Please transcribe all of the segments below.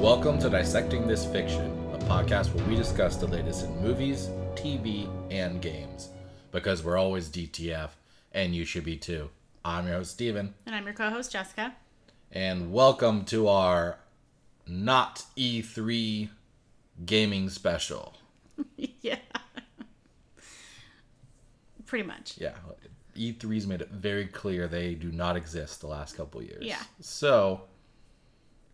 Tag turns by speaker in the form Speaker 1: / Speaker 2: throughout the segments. Speaker 1: Welcome to Dissecting This Fiction, a podcast where we discuss the latest in movies, TV, and games. Because we're always DTF, and you should be too. I'm your host, Steven,
Speaker 2: And I'm your co host, Jessica.
Speaker 1: and welcome to our not E3 gaming special.
Speaker 2: yeah. Pretty much.
Speaker 1: Yeah, E3's made it very clear they do not exist the last couple years.
Speaker 2: Yeah.
Speaker 1: So,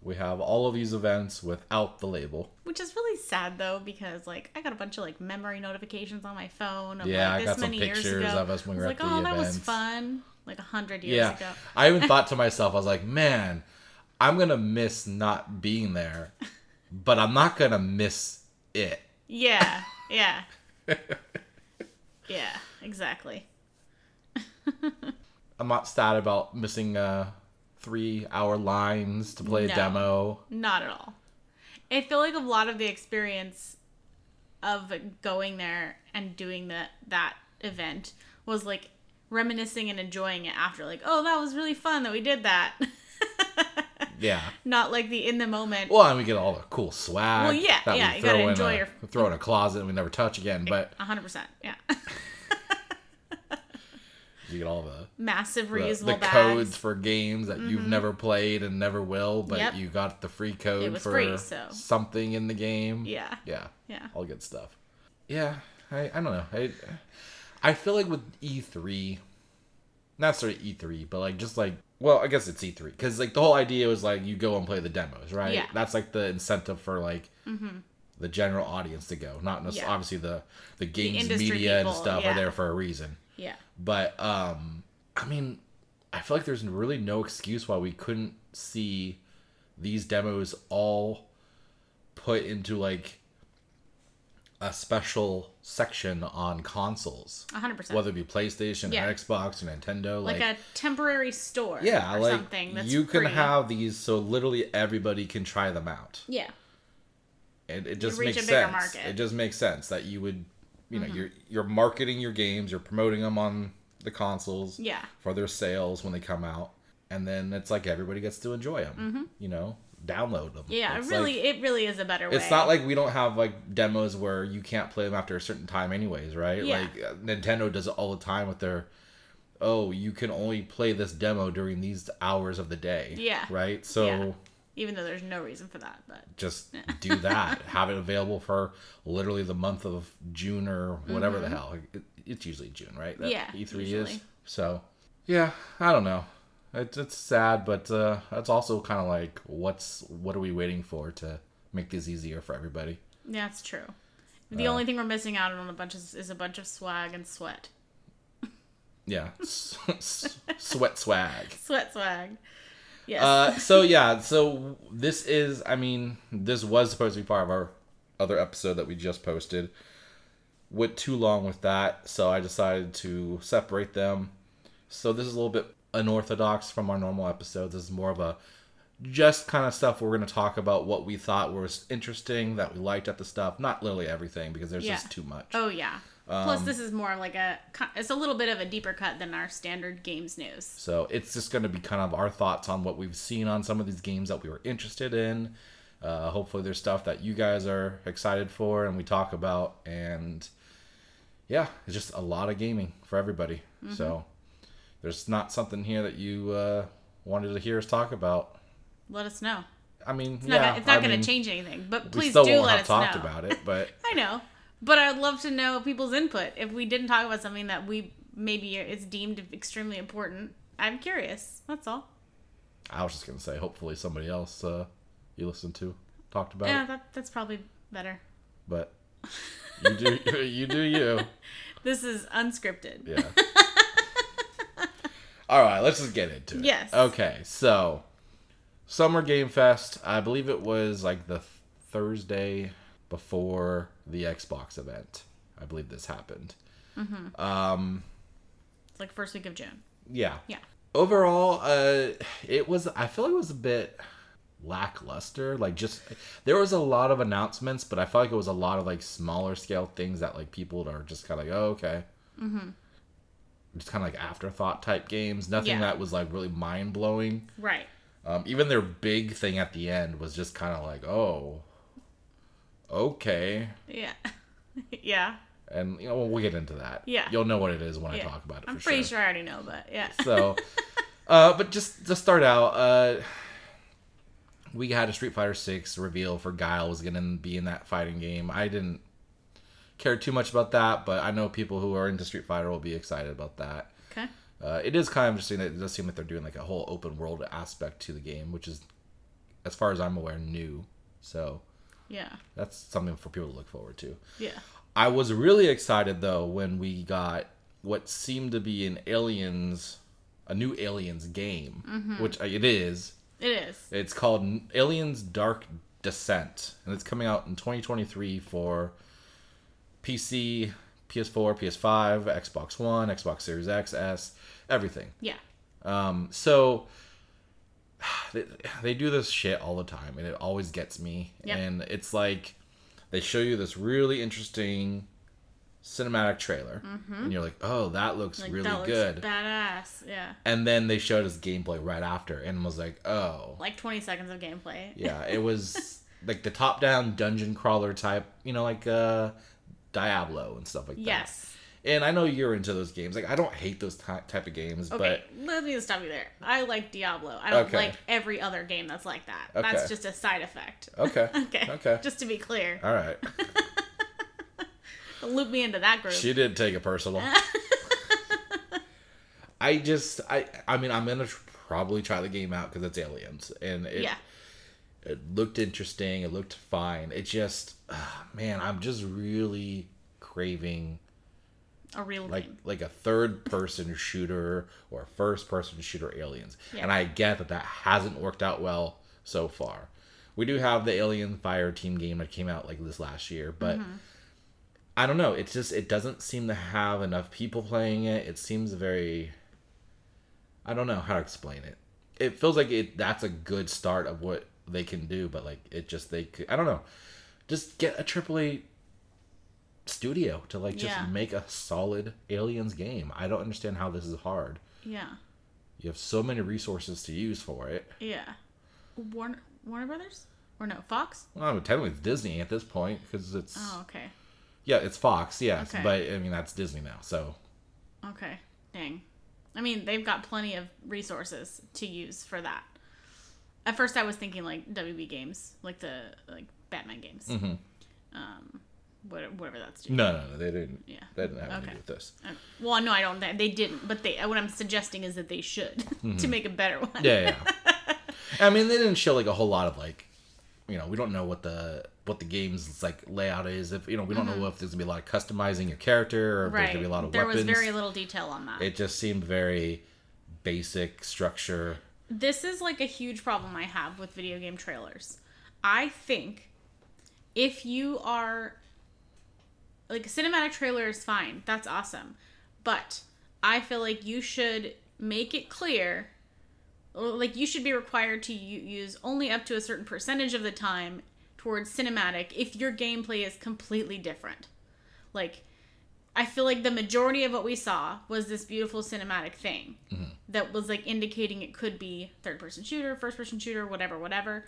Speaker 1: we have all of these events without the label.
Speaker 2: Which is really sad though, because like I got a bunch of like memory notifications on my phone of
Speaker 1: Yeah, I
Speaker 2: like this
Speaker 1: got some
Speaker 2: many years
Speaker 1: pictures
Speaker 2: ago.
Speaker 1: of us when we
Speaker 2: I
Speaker 1: were at
Speaker 2: was like,
Speaker 1: the
Speaker 2: oh, that was
Speaker 1: events."
Speaker 2: fun. Like a hundred years
Speaker 1: Yeah.
Speaker 2: ago.
Speaker 1: I even thought to myself, I was like, man, I'm going to miss not being there, but I'm not going to miss it.
Speaker 2: Yeah. Yeah. yeah, exactly.
Speaker 1: I'm not sad about missing uh, three hour lines to play
Speaker 2: No.
Speaker 1: a demo.
Speaker 2: Not at all. I feel like a lot of the experience of going there and doing the that event was like reminiscing and enjoying it after like, oh, that was really fun that we did that.
Speaker 1: Yeah.
Speaker 2: Not like the in the moment.
Speaker 1: Well, and we get all the cool swag.
Speaker 2: Well, yeah,
Speaker 1: that
Speaker 2: yeah,
Speaker 1: we
Speaker 2: you
Speaker 1: throw
Speaker 2: gotta
Speaker 1: in
Speaker 2: enjoy
Speaker 1: a,
Speaker 2: your-
Speaker 1: throw in a closet and we never touch again. But
Speaker 2: 100%. Yeah.
Speaker 1: you get all the
Speaker 2: Massive
Speaker 1: the,
Speaker 2: reusable
Speaker 1: the
Speaker 2: bags. Mm-hmm.
Speaker 1: codes for games that you've never played and never will, but
Speaker 2: Yep.
Speaker 1: you got the free code
Speaker 2: was
Speaker 1: for
Speaker 2: free, so.
Speaker 1: something in the game.
Speaker 2: Yeah.
Speaker 1: Yeah.
Speaker 2: Yeah.
Speaker 1: All good stuff. Yeah, I, I don't know. I I feel like with E three, not sort of E three, but like just like well, I guess it's E three because like the whole idea was like you go and play the demos, right?
Speaker 2: Yeah. Mm-hmm.
Speaker 1: That's like the incentive for like the general audience to go. Not necessarily
Speaker 2: Yeah.
Speaker 1: obviously the the games
Speaker 2: industry
Speaker 1: media
Speaker 2: people,
Speaker 1: and stuff
Speaker 2: yeah.
Speaker 1: are there for a reason,
Speaker 2: Yeah.
Speaker 1: but um, I mean, I feel like there's really no excuse why we couldn't see these demos all put into like a special section on consoles,
Speaker 2: 100%.
Speaker 1: whether it be PlayStation
Speaker 2: Yeah.
Speaker 1: or Xbox or Nintendo,
Speaker 2: like,
Speaker 1: like.
Speaker 2: a temporary store
Speaker 1: yeah,
Speaker 2: or
Speaker 1: like
Speaker 2: something that's
Speaker 1: you can
Speaker 2: free.
Speaker 1: have these, so literally everybody can try them out,
Speaker 2: Yeah.
Speaker 1: and it just
Speaker 2: reach
Speaker 1: makes
Speaker 2: a bigger
Speaker 1: sense.
Speaker 2: market. Mm-hmm.
Speaker 1: It just makes sense that you would, you know, you're you're marketing your games, you're promoting them on the consoles,
Speaker 2: Yeah.
Speaker 1: for their sales when they come out, and then it's like everybody gets to enjoy them. You know, download them.
Speaker 2: Mm-hmm. Yeah,
Speaker 1: it's
Speaker 2: it really
Speaker 1: Like,
Speaker 2: it really is a better way.
Speaker 1: it's not like we don't have like demos where you can't play them after a certain time, anyways, right?
Speaker 2: Yeah.
Speaker 1: Like uh, Nintendo does it all the time with their, oh, you can only play this demo during these hours of the day.
Speaker 2: Yeah.
Speaker 1: Right. So
Speaker 2: Yeah. even though there's no reason for that, but
Speaker 1: just do that. have it available for literally the month of June or whatever the hell. It, it's usually June, right?
Speaker 2: Mm-hmm. Yeah,
Speaker 1: E3 is.
Speaker 2: usually.
Speaker 1: So, yeah, I don't know. It's it's sad, but uh, it's also kind of like, what's what are we waiting for to make this easier for everybody?
Speaker 2: That's true.
Speaker 1: Uh,
Speaker 2: The only thing we're missing out on a bunch is, is a bunch of swag and sweat.
Speaker 1: Yeah, S- s- sweat swag.
Speaker 2: Sweat swag. Yes.
Speaker 1: Uh, so yeah, so this is, I mean, this was supposed to be part of our other episode that we just posted. Went too long with that, so I decided to separate them. So this is a little bit unorthodox from our normal episodes. This is more of a just kind of stuff we're going to talk about what we thought was interesting that we liked at the stuff. Not literally everything because there's
Speaker 2: Yeah.
Speaker 1: just too much.
Speaker 2: oh yeah. Plus,
Speaker 1: um,
Speaker 2: this is more like a co- it's a little bit of a deeper cut than our standard games news.
Speaker 1: So it's just going to be kind of our thoughts on what we've seen on some of these games that we were interested in. Uh, hopefully, there's stuff that you guys are excited for and we talk about. And yeah, it's just a lot of gaming for everybody.
Speaker 2: Mm-hmm.
Speaker 1: So there's not something here that you uh, wanted to hear us talk about.
Speaker 2: Let us know.
Speaker 1: I mean,
Speaker 2: It's
Speaker 1: yeah,
Speaker 2: not gonna, it's not
Speaker 1: I
Speaker 2: going
Speaker 1: mean,
Speaker 2: to change anything, but
Speaker 1: We
Speaker 2: please do
Speaker 1: still won't
Speaker 2: let
Speaker 1: have
Speaker 2: us
Speaker 1: talked
Speaker 2: know.
Speaker 1: about it, but
Speaker 2: I know, but I'd love to know people's input. If we didn't talk about something that we maybe is deemed extremely important, I'm curious. That's all.
Speaker 1: I was just gonna say, hopefully, somebody else uh, you listened to talked about
Speaker 2: Yeah,
Speaker 1: it.
Speaker 2: that, that's probably better.
Speaker 1: But you do, you do you.
Speaker 2: This is unscripted.
Speaker 1: Yeah. All right, let's just get into it.
Speaker 2: Yes.
Speaker 1: Okay, so Summer Game Fest, I believe it was like the Thursday before the Xbox event. I believe this happened.
Speaker 2: It's like first week of June.
Speaker 1: Yeah.
Speaker 2: Yeah.
Speaker 1: Overall, uh it was I feel like it was a bit lackluster. Like just there was a lot of announcements, but I felt like it was a lot of like smaller scale things that like people are just kind of like, "Oh, okay."
Speaker 2: Mm-hmm.
Speaker 1: just kind of like afterthought type games. Nothing
Speaker 2: Yeah.
Speaker 1: that was like really mind blowing.
Speaker 2: Right.
Speaker 1: Um, even their big thing at the end was just kind of like, oh, okay.
Speaker 2: Yeah. yeah.
Speaker 1: And you know we'll get into that.
Speaker 2: Yeah.
Speaker 1: you'll know what it is when
Speaker 2: yeah.
Speaker 1: I talk about it.
Speaker 2: I'm
Speaker 1: for
Speaker 2: pretty
Speaker 1: sure.
Speaker 2: sure I already know, but yeah.
Speaker 1: So, uh, but just to start out, uh, we had a Street Fighter Six reveal for Guile was gonna be in that fighting game. I didn't care too much about that, but I know people who are into Street Fighter will be excited about that.
Speaker 2: okay.
Speaker 1: Uh, it is kind of interesting that it does seem like they're doing like a whole open world aspect to the game, which is, as far as I'm aware, new. So
Speaker 2: Yeah.
Speaker 1: that's something for people to look forward to.
Speaker 2: Yeah.
Speaker 1: I was really excited though when we got what seemed to be an aliens, a new aliens game, which it is.
Speaker 2: It is.
Speaker 1: It's called N- Aliens Dark Descent, and it's coming out in 2023 for PC, PS4, PS5, Xbox One, Xbox Series X, S, everything.
Speaker 2: Yeah.
Speaker 1: Um, so they, they do this shit all the time, and it always gets me.
Speaker 2: Yeah.
Speaker 1: And it's like they show you this really interesting cinematic trailer, and you're like, "Oh, that looks
Speaker 2: Mm-hmm. Like
Speaker 1: really
Speaker 2: that looks
Speaker 1: good."
Speaker 2: badass. Yeah.
Speaker 1: and then they showed us gameplay right after, and was like, "Oh,
Speaker 2: Like 20 seconds of gameplay.
Speaker 1: yeah, it was like the top-down dungeon crawler type, you know, like uh, Diablo and stuff like that."
Speaker 2: Yes.
Speaker 1: And I know you're into those games. Like, I don't hate those ty- type of games,
Speaker 2: Okay,
Speaker 1: but
Speaker 2: let me stop you there. I like Diablo. I don't
Speaker 1: Okay.
Speaker 2: like every other game that's like that.
Speaker 1: Okay.
Speaker 2: That's just a side effect.
Speaker 1: okay,
Speaker 2: Okay.
Speaker 1: okay,
Speaker 2: Just to be clear,
Speaker 1: all right.
Speaker 2: loop me into that group.
Speaker 1: She didn't take it personal. I just, I, I mean, I'm gonna tr- probably try the game out because it's aliens, and it,
Speaker 2: yeah.
Speaker 1: it looked interesting. It looked fine. It just, ah, man, I'm just really craving
Speaker 2: A real
Speaker 1: like
Speaker 2: game.
Speaker 1: like a third person shooter or a first person shooter aliens.
Speaker 2: Yeah.
Speaker 1: And I get that that hasn't worked out well so far. We do have the Alien Fire Team game that came out like this last year, but I don't know. It's just it doesn't seem to have enough people playing it. It seems very I don't know how to explain it. It feels like it that's a good start of what they can do, but like it just they could I don't know. Just get a triple A studio to like just
Speaker 2: Yeah.
Speaker 1: make a solid aliens game. I don't understand how this is hard.
Speaker 2: Yeah.
Speaker 1: You have so many resources to use for it.
Speaker 2: Yeah. Warner Warner Brothers? Or no, Fox?
Speaker 1: Well, I mean, technically it's Disney at this point because it's
Speaker 2: Oh, okay.
Speaker 1: yeah, it's Fox, yes,
Speaker 2: Okay.
Speaker 1: but I mean that's Disney now. So
Speaker 2: Okay. Dang. I mean, they've got plenty of resources to use for that. At first, I was thinking like WB games, like the like Batman games, um, what- whatever that's doing.
Speaker 1: Mm-hmm. no, no, no, they didn't.
Speaker 2: Yeah.
Speaker 1: they didn't have anything to
Speaker 2: Okay.
Speaker 1: do with this.
Speaker 2: I don't- Well, no, I don't. They they didn't, but they. What I'm suggesting is that they should to make a better one.
Speaker 1: Mm-hmm. Yeah, yeah. I mean, they didn't show like a whole lot of like, you know, we don't know what the what the game's like layout is. If you know, we don't know if there's gonna be a lot of customizing your character or if there's
Speaker 2: Mm-hmm. right.
Speaker 1: gonna be a lot of
Speaker 2: there
Speaker 1: weapons.
Speaker 2: was very little detail on that.
Speaker 1: It just seemed very basic structure.
Speaker 2: this is like a huge problem I have with video game trailers. I think if you are like a cinematic trailer is fine, that's awesome. But I feel like you should make it clear like you should be required to u- use only up to a certain percentage of the time towards cinematic if your gameplay is completely different. Like I feel like the majority of what we saw was this beautiful cinematic thing
Speaker 1: Mm-hmm.
Speaker 2: that was like indicating it could be third person shooter, first person shooter, whatever, whatever.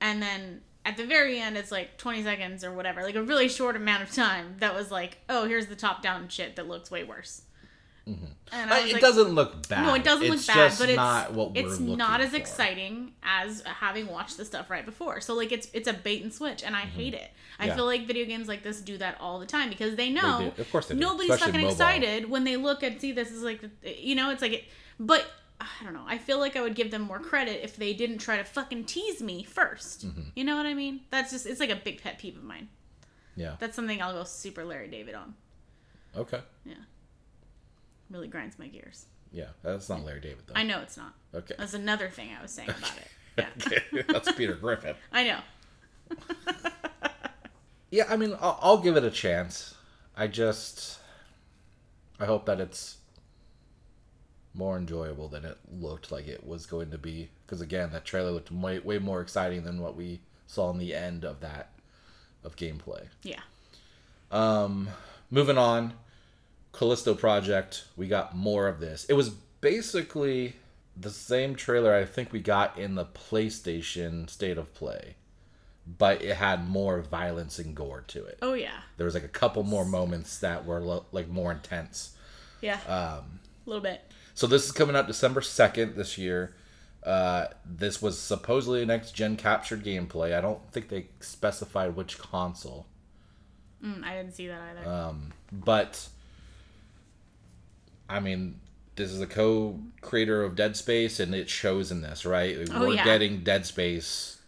Speaker 2: And then at the very end, it's like 20 seconds or whatever, like a really short amount of time that was like, oh, here's the top down shit that looks way worse. And I
Speaker 1: Uh,
Speaker 2: was
Speaker 1: it
Speaker 2: like,
Speaker 1: doesn't look bad.
Speaker 2: no, it doesn't
Speaker 1: It's
Speaker 2: look bad,
Speaker 1: just
Speaker 2: but it's
Speaker 1: not what we're
Speaker 2: it's
Speaker 1: looking
Speaker 2: not as
Speaker 1: for.
Speaker 2: exciting as having watched the stuff right before. So like it's it's a bait and switch, and I hate it. I
Speaker 1: Mm-hmm. Yeah.
Speaker 2: feel like video games like this do that all the time because they know,
Speaker 1: do. Of course they do.
Speaker 2: nobody's
Speaker 1: Especially
Speaker 2: fucking
Speaker 1: mobile.
Speaker 2: excited when they look and see this is like you know it's like it, but. I don't know. I feel like I would give them more credit if they didn't try to fucking tease me 1st
Speaker 1: Mm-hmm.
Speaker 2: You know what I mean? That's just it's like a big pet peeve of mine.
Speaker 1: Yeah.
Speaker 2: That's something I'll go super Larry David on.
Speaker 1: Okay.
Speaker 2: Really grinds my gears.
Speaker 1: Yeah, that's not Larry David though.
Speaker 2: I know it's not.
Speaker 1: okay.
Speaker 2: That's another thing I was saying about it. Yeah.
Speaker 1: that's Peter Griffin.
Speaker 2: I know.
Speaker 1: Yeah, I mean, I'll, I'll give it a chance. I just, I hope that it's more enjoyable than it looked like it was going to be. Because again, that trailer looked way, way more exciting than what we saw in the end of that of gameplay.
Speaker 2: Yeah.
Speaker 1: Moving on, Callisto Project. We got more of this. It was basically the same trailer I think we got in the PlayStation State of Play, but it had more violence and gore to it.
Speaker 2: Oh yeah,
Speaker 1: There was like a couple more moments that were lo- like more intense.
Speaker 2: yeah. Um, a little bit.
Speaker 1: So this is coming out December second this year. Uh, this was supposedly next gen captured gameplay. I don't think they specified which console.
Speaker 2: Mm, I didn't see that either.
Speaker 1: um, but I mean, this is a co-creator of Dead Space, and it shows in this, right?
Speaker 2: Oh,
Speaker 1: we're
Speaker 2: yeah.
Speaker 1: getting Dead Space.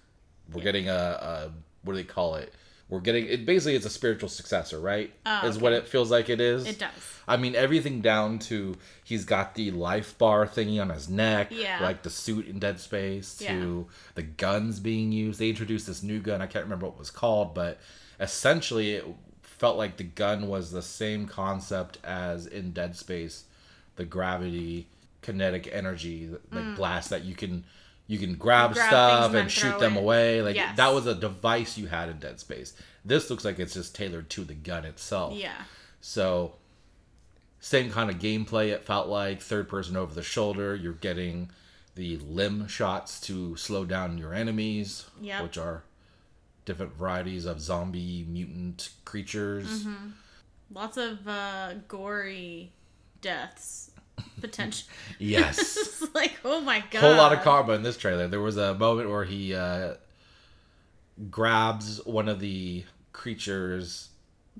Speaker 1: We're getting a, a what do they call it? We're getting it. Basically, it's a spiritual successor, right?
Speaker 2: Oh,
Speaker 1: Is what it feels like it is.
Speaker 2: It does.
Speaker 1: I mean, everything down to he's got the life bar thingy on his neck,
Speaker 2: Yeah.
Speaker 1: like the suit in Dead Space, to the guns being used. They introduced this new gun. I can't remember what it was called, but essentially it felt like the gun was the same concept as in Dead Space, the gravity, kinetic energy, like blast that you can you can grab,
Speaker 2: Mm. Grab things
Speaker 1: stuff
Speaker 2: and
Speaker 1: and,
Speaker 2: then
Speaker 1: shoot
Speaker 2: throw
Speaker 1: them
Speaker 2: it.
Speaker 1: away. Like
Speaker 2: Yes.
Speaker 1: that was a device you had in Dead Space. This looks like it's just tailored to the gun itself.
Speaker 2: yeah.
Speaker 1: So same kind of gameplay it felt like third person over the shoulder. You're getting the limb shots to slow down your enemies,
Speaker 2: Yep.
Speaker 1: which are different varieties of zombie mutant creatures.
Speaker 2: Mm-hmm. Lots of uh, gory deaths potential.
Speaker 1: Yes.
Speaker 2: it's like, oh my god.
Speaker 1: Whole lot of karma in this trailer. There was a moment where he uh, grabs one of the creatures,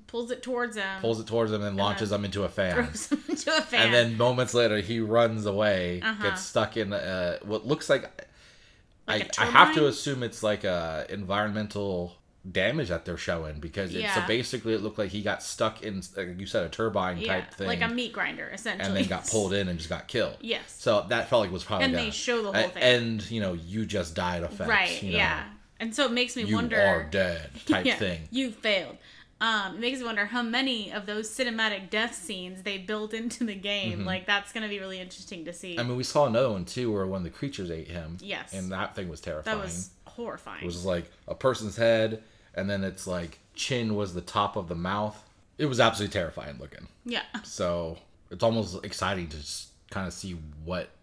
Speaker 2: Pulls it towards him.
Speaker 1: pulls it towards him, and launches him into a fan.
Speaker 2: Uh-huh. throws him into a fan. Uh-huh.
Speaker 1: and then moments later he runs away gets stuck in uh, what looks like,
Speaker 2: Like a
Speaker 1: I, I have to
Speaker 2: turbine?
Speaker 1: assume it's like a environmental damage that they're showing because it's so
Speaker 2: Yeah.
Speaker 1: basically it looked like he got stuck in like you said a turbine
Speaker 2: yeah,
Speaker 1: type thing
Speaker 2: like a meat grinder essentially.
Speaker 1: and then got pulled in and just got killed
Speaker 2: Yes.
Speaker 1: so that felt like it was probably
Speaker 2: And they
Speaker 1: done.
Speaker 2: show the whole
Speaker 1: A-
Speaker 2: thing.
Speaker 1: and you know you just died effects
Speaker 2: right.
Speaker 1: you know,
Speaker 2: yeah. And so it makes me
Speaker 1: you
Speaker 2: wonder.
Speaker 1: are dead type
Speaker 2: Yeah,
Speaker 1: thing
Speaker 2: You failed. Um, it makes me wonder how many of those cinematic death scenes they built into the game.
Speaker 1: Mm-hmm.
Speaker 2: Like that's gonna be really interesting to see.
Speaker 1: I mean, we saw another one too, where one of the creatures ate him.
Speaker 2: Yes.
Speaker 1: and that thing was
Speaker 2: that
Speaker 1: terrifying.
Speaker 2: was horrifying.
Speaker 1: It was like a person's head, and then it's like chin was the top of the mouth. It was absolutely terrifying looking.
Speaker 2: yeah.
Speaker 1: So it's almost exciting to just kind of see what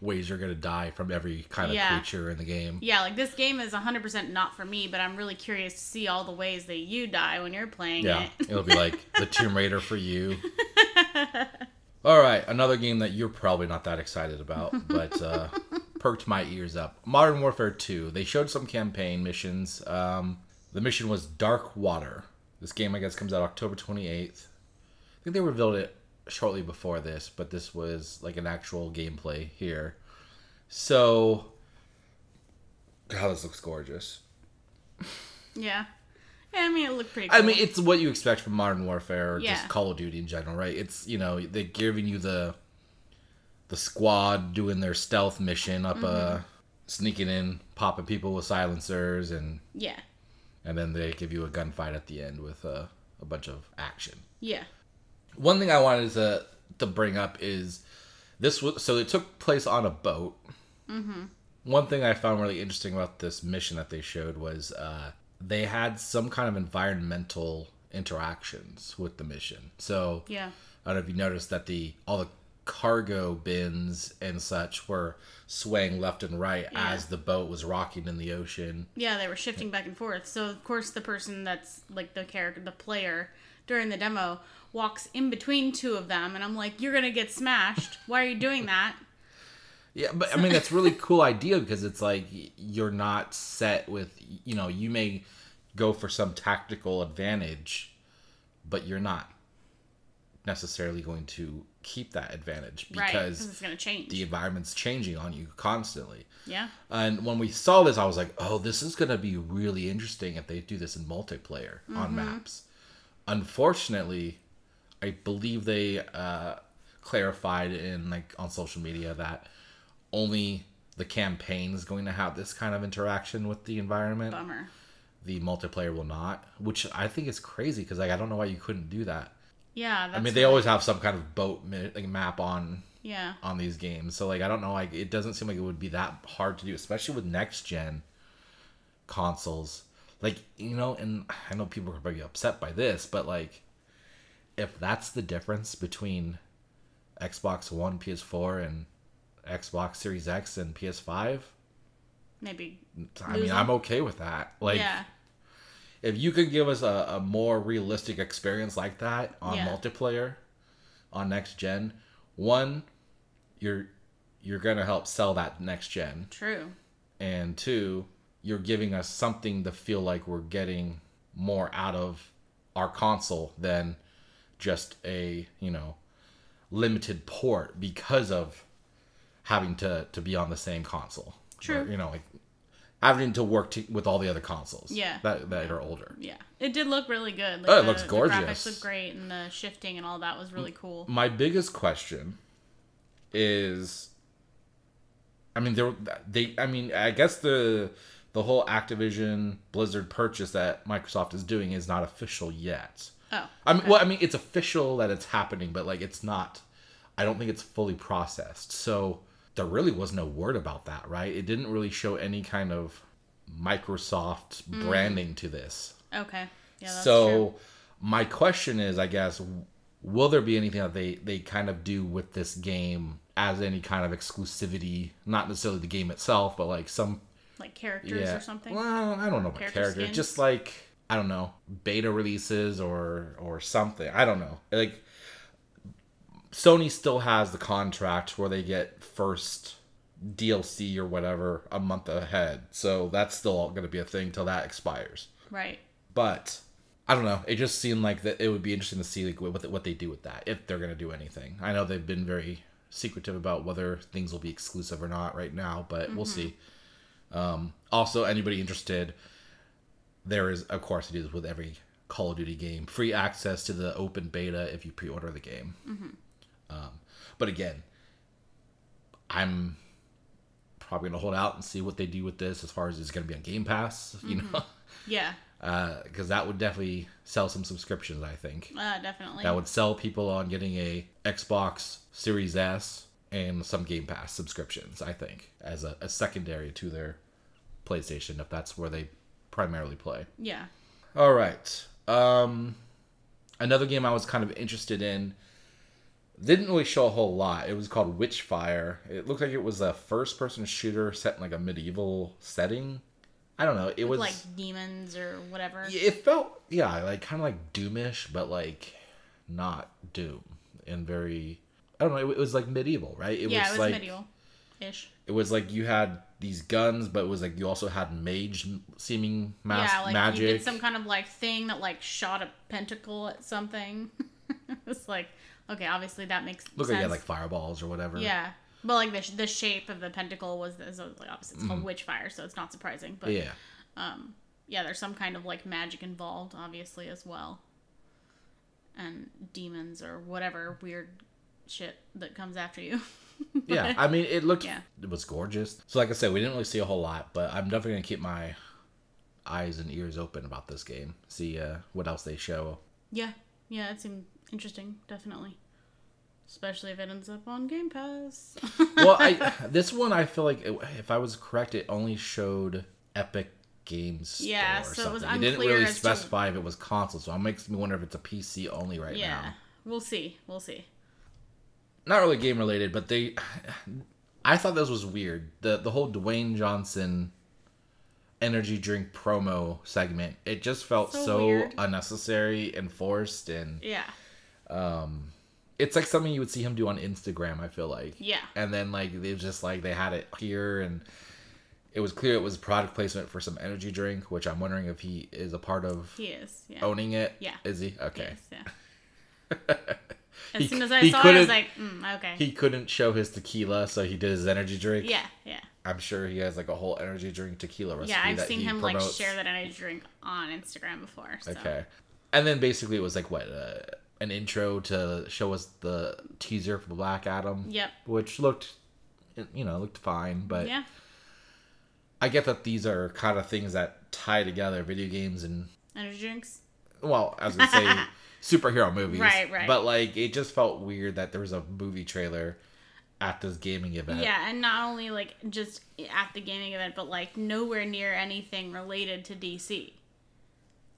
Speaker 1: ways you're gonna die from every kind of
Speaker 2: Yeah.
Speaker 1: creature in the game.
Speaker 2: Yeah, like this game is 100% not for me, but I'm really curious to see all the ways that you die when you're playing
Speaker 1: Yeah,
Speaker 2: it.
Speaker 1: it'll be like the Tomb Raider for you. All right, another game that you're probably not that excited about, but uh, perked my ears up. Modern Warfare 2. They showed some campaign missions. Um, the mission was Dark Water. This game, I guess, comes out October 28th. I think they revealed it shortly before this, but this was like an actual gameplay here. So, God, this looks gorgeous.
Speaker 2: Yeah. Yeah, I mean, it looked pretty cool.
Speaker 1: I mean, it's what you expect from Modern Warfare or
Speaker 2: Yeah.
Speaker 1: just Call of Duty in general, right? It's you know they're giving you the the squad doing their stealth mission up, uh, sneaking in, popping people with silencers, and
Speaker 2: yeah.
Speaker 1: and then they give you a gunfight at the end with uh, a bunch of action.
Speaker 2: Yeah.
Speaker 1: One thing I wanted to to bring up is this was so it took place on a boat. Mm-hmm. One thing I found really interesting about this mission that they showed was uh, they had some kind of environmental interactions with the mission. So
Speaker 2: Yeah.
Speaker 1: I don't know if you noticed that the all the cargo bins and such were swaying left and right
Speaker 2: Yeah.
Speaker 1: as the boat was rocking in the ocean.
Speaker 2: Yeah, they were shifting back and forth. So, of course, the person that's like the character, the player during the demo walks in between two of them, and I'm like, you're going to get smashed. Why are you doing that?
Speaker 1: Yeah, but I mean that's really cool idea because it's like y- you're not set with you know you may go for some tactical advantage, but you're not necessarily going to keep that advantage
Speaker 2: Right. Because
Speaker 1: because
Speaker 2: it's going to change.
Speaker 1: the environment's changing on you constantly.
Speaker 2: yeah.
Speaker 1: And when we saw this, I was like, oh, this is going to be really interesting if they do this in multiplayer
Speaker 2: Mm-hmm.
Speaker 1: on maps. Unfortunately, I believe they uh, clarified in like on social media that only the campaign is going to have this kind of interaction with the environment.
Speaker 2: Bummer.
Speaker 1: The multiplayer will not, which I think is crazy because like I don't know why you couldn't do that.
Speaker 2: Yeah. That's
Speaker 1: I mean, they always have some kind of boat mi- like map on
Speaker 2: Yeah.
Speaker 1: on these games. So like I don't know, like it doesn't seem like it would be that hard to do, especially with next gen consoles. Like, you know, and I know people are probably upset by this, but like if that's the difference between Xbox One, PS4 and Xbox Series X and PS5,
Speaker 2: Maybe.
Speaker 1: I
Speaker 2: Lose
Speaker 1: mean,
Speaker 2: them.
Speaker 1: I'm okay with that. Like,
Speaker 2: yeah.
Speaker 1: if you could give us a, a more realistic experience like that on
Speaker 2: Yeah.
Speaker 1: multiplayer on next gen one you're you're gonna help sell that next gen
Speaker 2: True.
Speaker 1: and two you're giving us something to feel like we're getting more out of our console than just a you know limited port because of having to to be on the same console
Speaker 2: True.
Speaker 1: Or, you know like having to work to, with all the other consoles
Speaker 2: Yeah.
Speaker 1: that, that are older
Speaker 2: Yeah. It did look really good. Like,
Speaker 1: Oh, it looks
Speaker 2: The graphics
Speaker 1: gorgeous. Mm.
Speaker 2: looked great, and the shifting and all that was really cool.
Speaker 1: my biggest question is I mean there they I mean I guess the the whole Activision Blizzard purchase that Microsoft is doing is not official yet.
Speaker 2: Oh.
Speaker 1: I mean well I mean it's official that it's happening but like it's not I don't think it's fully processed. So there really was no word about that, right? It didn't really show any kind of Microsoft branding to this
Speaker 2: Okay. Yeah. That's
Speaker 1: so
Speaker 2: true.
Speaker 1: my question is i guess w- will there be anything that they they kind of do with this game as any kind of exclusivity not necessarily the game itself but like some
Speaker 2: Like characters
Speaker 1: yeah
Speaker 2: or something.
Speaker 1: well i don't know about
Speaker 2: Character
Speaker 1: character,
Speaker 2: skins?
Speaker 1: just like i don't know beta releases or or something i don't know like sony still has the contract where they get first dlc or whatever a month ahead so that's still going to be a thing till that expires
Speaker 2: Right.
Speaker 1: but I don't know. It just seemed like that it would be interesting to see like what what they do with that if they're gonna do anything. I know they've been very secretive about whether things will be exclusive or not right now, but we'll see. Um, also, anybody interested, there is of course it is with every Call of Duty game, free access to the open beta if you pre-order the game. Um, but again, I'm probably gonna hold out and see what they do with this as far as it's gonna be on Game Pass. You know
Speaker 2: Yeah.
Speaker 1: because Uh, that would definitely sell some subscriptions. I think
Speaker 2: Uh, definitely.
Speaker 1: that would sell people on getting a Xbox Series S and some Game Pass subscriptions. I think as a, a secondary to their PlayStation, if that's where they primarily play.
Speaker 2: yeah.
Speaker 1: All right. Um, another game I was kind of interested in didn't really show a whole lot. It was called Witchfire. It looked like it was a first-person shooter set in like a medieval setting. I don't know. It was
Speaker 2: like demons or whatever.
Speaker 1: yeah, it felt yeah like kind of like doomish but like not doom and very i don't know it, was like medieval right it
Speaker 2: Yeah, it was
Speaker 1: like
Speaker 2: medieval ish.
Speaker 1: it was like you had these guns but it was like you also had mage seeming mas-
Speaker 2: Yeah, like
Speaker 1: magic
Speaker 2: you did some kind of like thing that like shot a pentacle at something. it's like okay, obviously that makes
Speaker 1: look like
Speaker 2: sense.
Speaker 1: you had like fireballs or whatever
Speaker 2: yeah, but like the, sh- the shape of the pentacle was this was like obviously it's called witchfire, so it's not surprising. But yeah.
Speaker 1: Mm-hmm. yeah
Speaker 2: there's some kind of like magic involved, obviously as well, and demons or whatever weird shit that comes after you.
Speaker 1: yeah i mean it looked
Speaker 2: Yeah.
Speaker 1: it was gorgeous so like i said we didn't really see a whole lot but i'm definitely gonna keep my eyes and ears open about this game see uh, what else they show
Speaker 2: Yeah, yeah, it seemed interesting, definitely. Especially if it ends up on Game Pass.
Speaker 1: well, I this one I feel like it- if I was correct, it only showed Epic Games Store
Speaker 2: Yeah,
Speaker 1: or
Speaker 2: so it
Speaker 1: something.
Speaker 2: was
Speaker 1: it didn't
Speaker 2: unclear
Speaker 1: really
Speaker 2: as to-
Speaker 1: specify if it was console, so it makes me wonder if it's a PC only right
Speaker 2: yeah,
Speaker 1: now.
Speaker 2: we'll see. We'll see.
Speaker 1: Not really game related, but they. I thought this was weird. the The whole Dwayne Johnson energy drink promo segment. It just felt
Speaker 2: So
Speaker 1: so,
Speaker 2: weird.
Speaker 1: unnecessary and forced, and
Speaker 2: Yeah,
Speaker 1: it's like something you would see him do on Instagram. I feel like.
Speaker 2: yeah,
Speaker 1: and then like they just like they had it here and it was clear it was product placement for some energy drink which i'm wondering if he is a part of
Speaker 2: he is. Yeah,
Speaker 1: owning it
Speaker 2: Yeah.
Speaker 1: is he
Speaker 2: he
Speaker 1: Oh, okay
Speaker 2: is, yeah. as
Speaker 1: He-
Speaker 2: soon as I
Speaker 1: he
Speaker 2: saw it, I was
Speaker 1: could've-
Speaker 2: like, mm, okay.
Speaker 1: he couldn't show his tequila so he did his energy drink
Speaker 2: yeah, yeah,
Speaker 1: i'm sure he has like a whole energy drink tequila recipe
Speaker 2: yeah. I've
Speaker 1: that
Speaker 2: seen
Speaker 1: he
Speaker 2: him
Speaker 1: promotes.
Speaker 2: like share that energy drink on Instagram before. So.
Speaker 1: okay and then basically it was like what uh, an intro to show us the teaser for black adam
Speaker 2: Yep.
Speaker 1: which looked you know looked fine but
Speaker 2: Yeah,
Speaker 1: i get that these are kind of things that tie together video games and
Speaker 2: energy drinks.
Speaker 1: well, I was gonna say superhero movies,
Speaker 2: Right, right.
Speaker 1: But like, it just felt weird that there was a movie trailer at this gaming event.
Speaker 2: Yeah, and not only like just at the gaming event, but like nowhere near anything related to DC.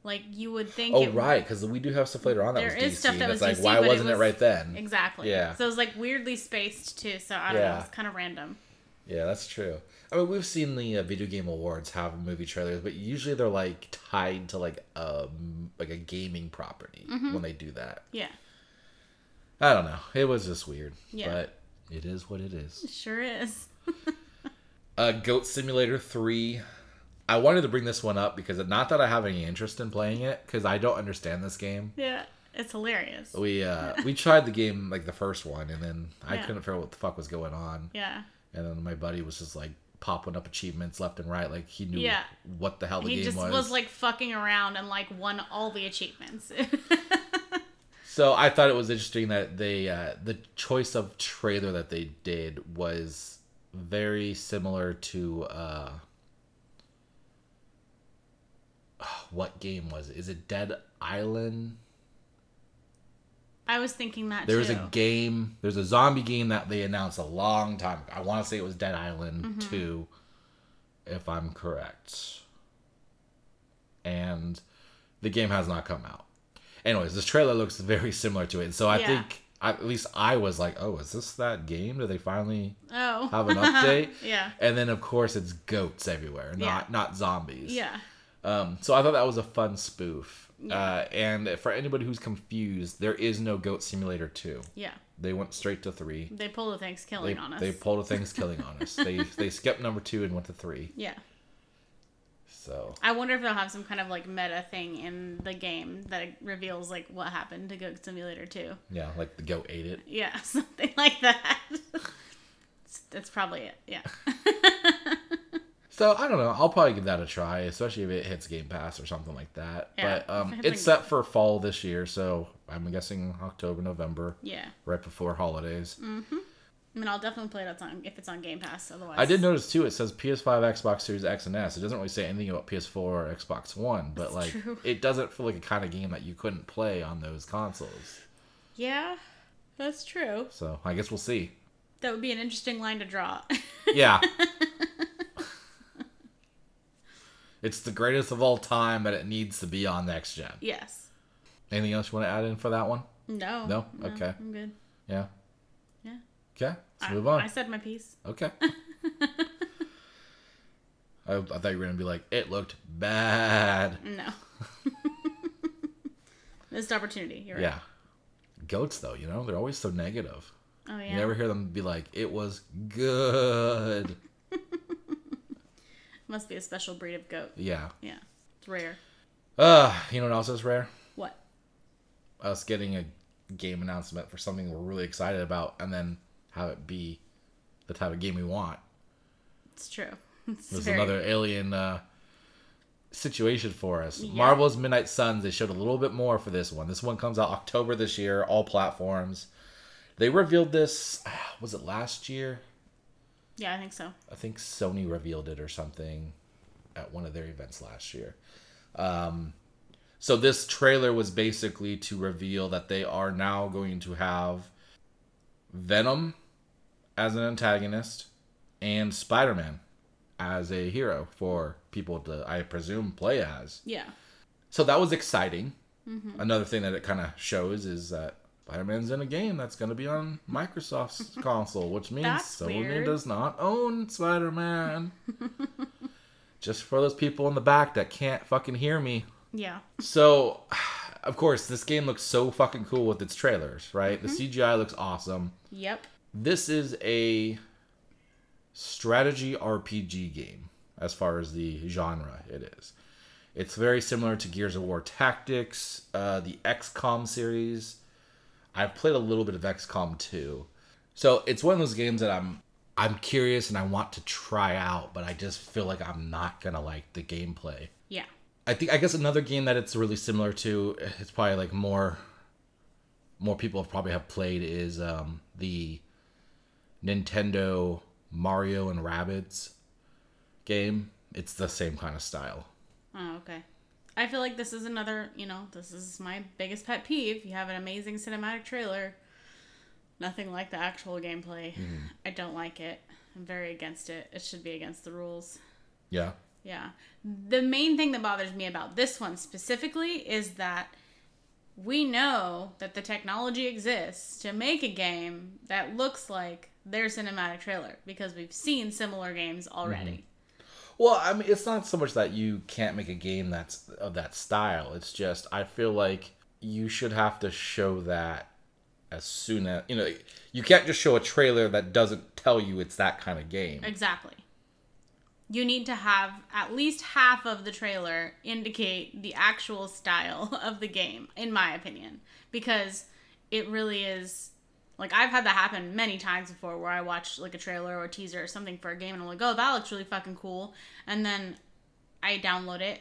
Speaker 2: Like you would think.
Speaker 1: Oh
Speaker 2: it-
Speaker 1: right, because we do have stuff later on that
Speaker 2: There
Speaker 1: was
Speaker 2: is
Speaker 1: DC.
Speaker 2: stuff that
Speaker 1: that's
Speaker 2: was
Speaker 1: like,
Speaker 2: DC,
Speaker 1: why
Speaker 2: but it
Speaker 1: wasn't it
Speaker 2: was-
Speaker 1: right then?
Speaker 2: Exactly.
Speaker 1: Yeah.
Speaker 2: So it was like weirdly spaced too. So I don't know.
Speaker 1: Yeah.
Speaker 2: It's kind of random.
Speaker 1: Yeah, that's true. I mean, we've seen the uh, video game awards have movie trailers, but usually they're like tied to like a like a gaming property
Speaker 2: Mm-hmm.
Speaker 1: when they do that.
Speaker 2: Yeah.
Speaker 1: I don't know. It was just weird.
Speaker 2: Yeah.
Speaker 1: But it is what it is.
Speaker 2: Sure is.
Speaker 1: Uh, Goat Simulator 3. I wanted to bring this one up because not that I have any interest in playing it because I don't understand this game.
Speaker 2: Yeah. It's hilarious.
Speaker 1: We uh, we tried the game like the first one and then I
Speaker 2: Yeah.
Speaker 1: couldn't figure out what the fuck was going on.
Speaker 2: Yeah.
Speaker 1: And then my buddy was just like popping up achievements left and right like he knew
Speaker 2: Yeah.
Speaker 1: what the hell the
Speaker 2: He
Speaker 1: game
Speaker 2: just was. like fucking around and like won all the achievements.
Speaker 1: So I thought it was interesting that they uh, the choice of trailer that they did was very similar to uh, what game was it? Is it Dead Island?
Speaker 2: I was thinking that
Speaker 1: There
Speaker 2: too.
Speaker 1: was a game. There's a zombie game that they announced a long time. ago. I want to say it was Dead Island
Speaker 2: Mm-hmm.
Speaker 1: Two, if I'm correct. And the game has not come out. Anyways, this trailer looks very similar to it, and so I
Speaker 2: Yeah.
Speaker 1: think I, at least I was like, "Oh, is this that game? Do they finally
Speaker 2: oh.
Speaker 1: have an update?"
Speaker 2: yeah.
Speaker 1: And then of course it's goats everywhere, not not zombies.
Speaker 2: Yeah.
Speaker 1: Um, so I thought that was a fun spoof. Uh, and for anybody who's confused, there is no Goat Simulator 2.
Speaker 2: Yeah.
Speaker 1: They went straight to three.
Speaker 2: They pulled a thanks
Speaker 1: They,
Speaker 2: killing on us.
Speaker 1: they pulled a things killing on us. They they skipped number two and went to three.
Speaker 2: yeah.
Speaker 1: So
Speaker 2: I wonder if they'll have some kind of like meta thing in the game that reveals like what happened to Goat Simulator 2.
Speaker 1: yeah, like the goat ate it.
Speaker 2: Yeah, something like that. It's- That's probably it. Yeah.
Speaker 1: So I don't know. I'll probably give that a try, especially if it hits Game Pass or something like that.
Speaker 2: Yeah,
Speaker 1: but um,
Speaker 2: if it hits
Speaker 1: it's
Speaker 2: like-
Speaker 1: set for fall this year, so I'm guessing October, November,
Speaker 2: Yeah.
Speaker 1: right before holidays.
Speaker 2: Mm, I mean, I'll definitely play it on if it's on Game Pass. Otherwise,
Speaker 1: I did notice too. It says PS5, Xbox Series X, and S. It doesn't really say anything about PS4 or Xbox One, but like
Speaker 2: true.
Speaker 1: it doesn't feel like a kind of game that you couldn't play on those consoles.
Speaker 2: Yeah, that's true.
Speaker 1: So I guess we'll see.
Speaker 2: That would be an interesting line to draw.
Speaker 1: Yeah. it's the greatest of all time, but it needs to be on next gen.
Speaker 2: yes.
Speaker 1: Anything else you want to add in for that one?
Speaker 2: No.
Speaker 1: No? Okay.
Speaker 2: I'm good.
Speaker 1: Yeah.
Speaker 2: Yeah.
Speaker 1: Okay. Let's
Speaker 2: I,
Speaker 1: move on.
Speaker 2: I said my piece.
Speaker 1: Okay. I, I thought you were gonna be like, it looked bad.
Speaker 2: No. Missed opportunity. You're right.
Speaker 1: Yeah. Goats, though, you know, they're always so negative.
Speaker 2: Oh yeah.
Speaker 1: You never hear them be like, it was good.
Speaker 2: Must be a special breed of goat.
Speaker 1: yeah.
Speaker 2: Yeah. It's rare.
Speaker 1: Uh, you know what else is rare?
Speaker 2: What?
Speaker 1: Us getting a game announcement for something we're really excited about and then have it be the type of game we want.
Speaker 2: It's true. It's
Speaker 1: There's
Speaker 2: very,
Speaker 1: another alien uh, situation for us.
Speaker 2: Yeah.
Speaker 1: Marvel's Midnight Suns, they showed a little bit more for this one. This one comes out October this year, all platforms. They revealed this, was it last year?
Speaker 2: Yeah, I think so.
Speaker 1: I think Sony revealed it or something at one of their events last year. Um, so this trailer was basically to reveal that they are now going to have Venom as an antagonist and Spider-Man as a hero for people to, I presume, play as.
Speaker 2: Yeah.
Speaker 1: So that was exciting.
Speaker 2: Mm-hmm.
Speaker 1: Another thing that it kind of shows is that Spider-Man's in a game that's going to be on Microsoft's console, which means
Speaker 2: That's
Speaker 1: Sony
Speaker 2: weird.
Speaker 1: does not own Spider-Man. Just for those people in the back that can't fucking hear me.
Speaker 2: Yeah.
Speaker 1: So, of course, this game looks so fucking cool with its trailers, right?
Speaker 2: Mm-hmm.
Speaker 1: The CGI looks awesome.
Speaker 2: Yep.
Speaker 1: This is a strategy RPG game as far as the genre it is. It's very similar to Gears of War Tactics, uh, the XCOM series. I've played a little bit of XCOM 2. So it's one of those games that I'm I'm curious and I want to try out, but I just feel like I'm not gonna like the gameplay.
Speaker 2: Yeah.
Speaker 1: I think I guess another game that it's really similar to it's probably like more more people probably have played is um, the Nintendo Mario and Rabbids game. It's the same kind of style.
Speaker 2: Oh, okay. I feel like this is another, you know, this is my biggest pet peeve. You have an amazing cinematic trailer. Nothing like the actual gameplay. I don't like it. I'm very against it. It should be against the rules.
Speaker 1: Yeah.
Speaker 2: Yeah. The main thing that bothers me about this one specifically is that we know that the technology exists to make a game that looks like their cinematic trailer because we've seen similar games already.
Speaker 1: Well, I mean, it's not so much that you can't make a game that's of that style. It's just I feel like you should have to show that as soon as you know. You can't just show a trailer that doesn't tell you it's that kind of game.
Speaker 2: Exactly. You need to have at least half of the trailer indicate the actual style of the game, in my opinion, because it really is. Like I've had that happen many times before, where I watch like a trailer or a teaser or something for a game, and I'm like, "Oh, that looks really fucking cool," and then I download it,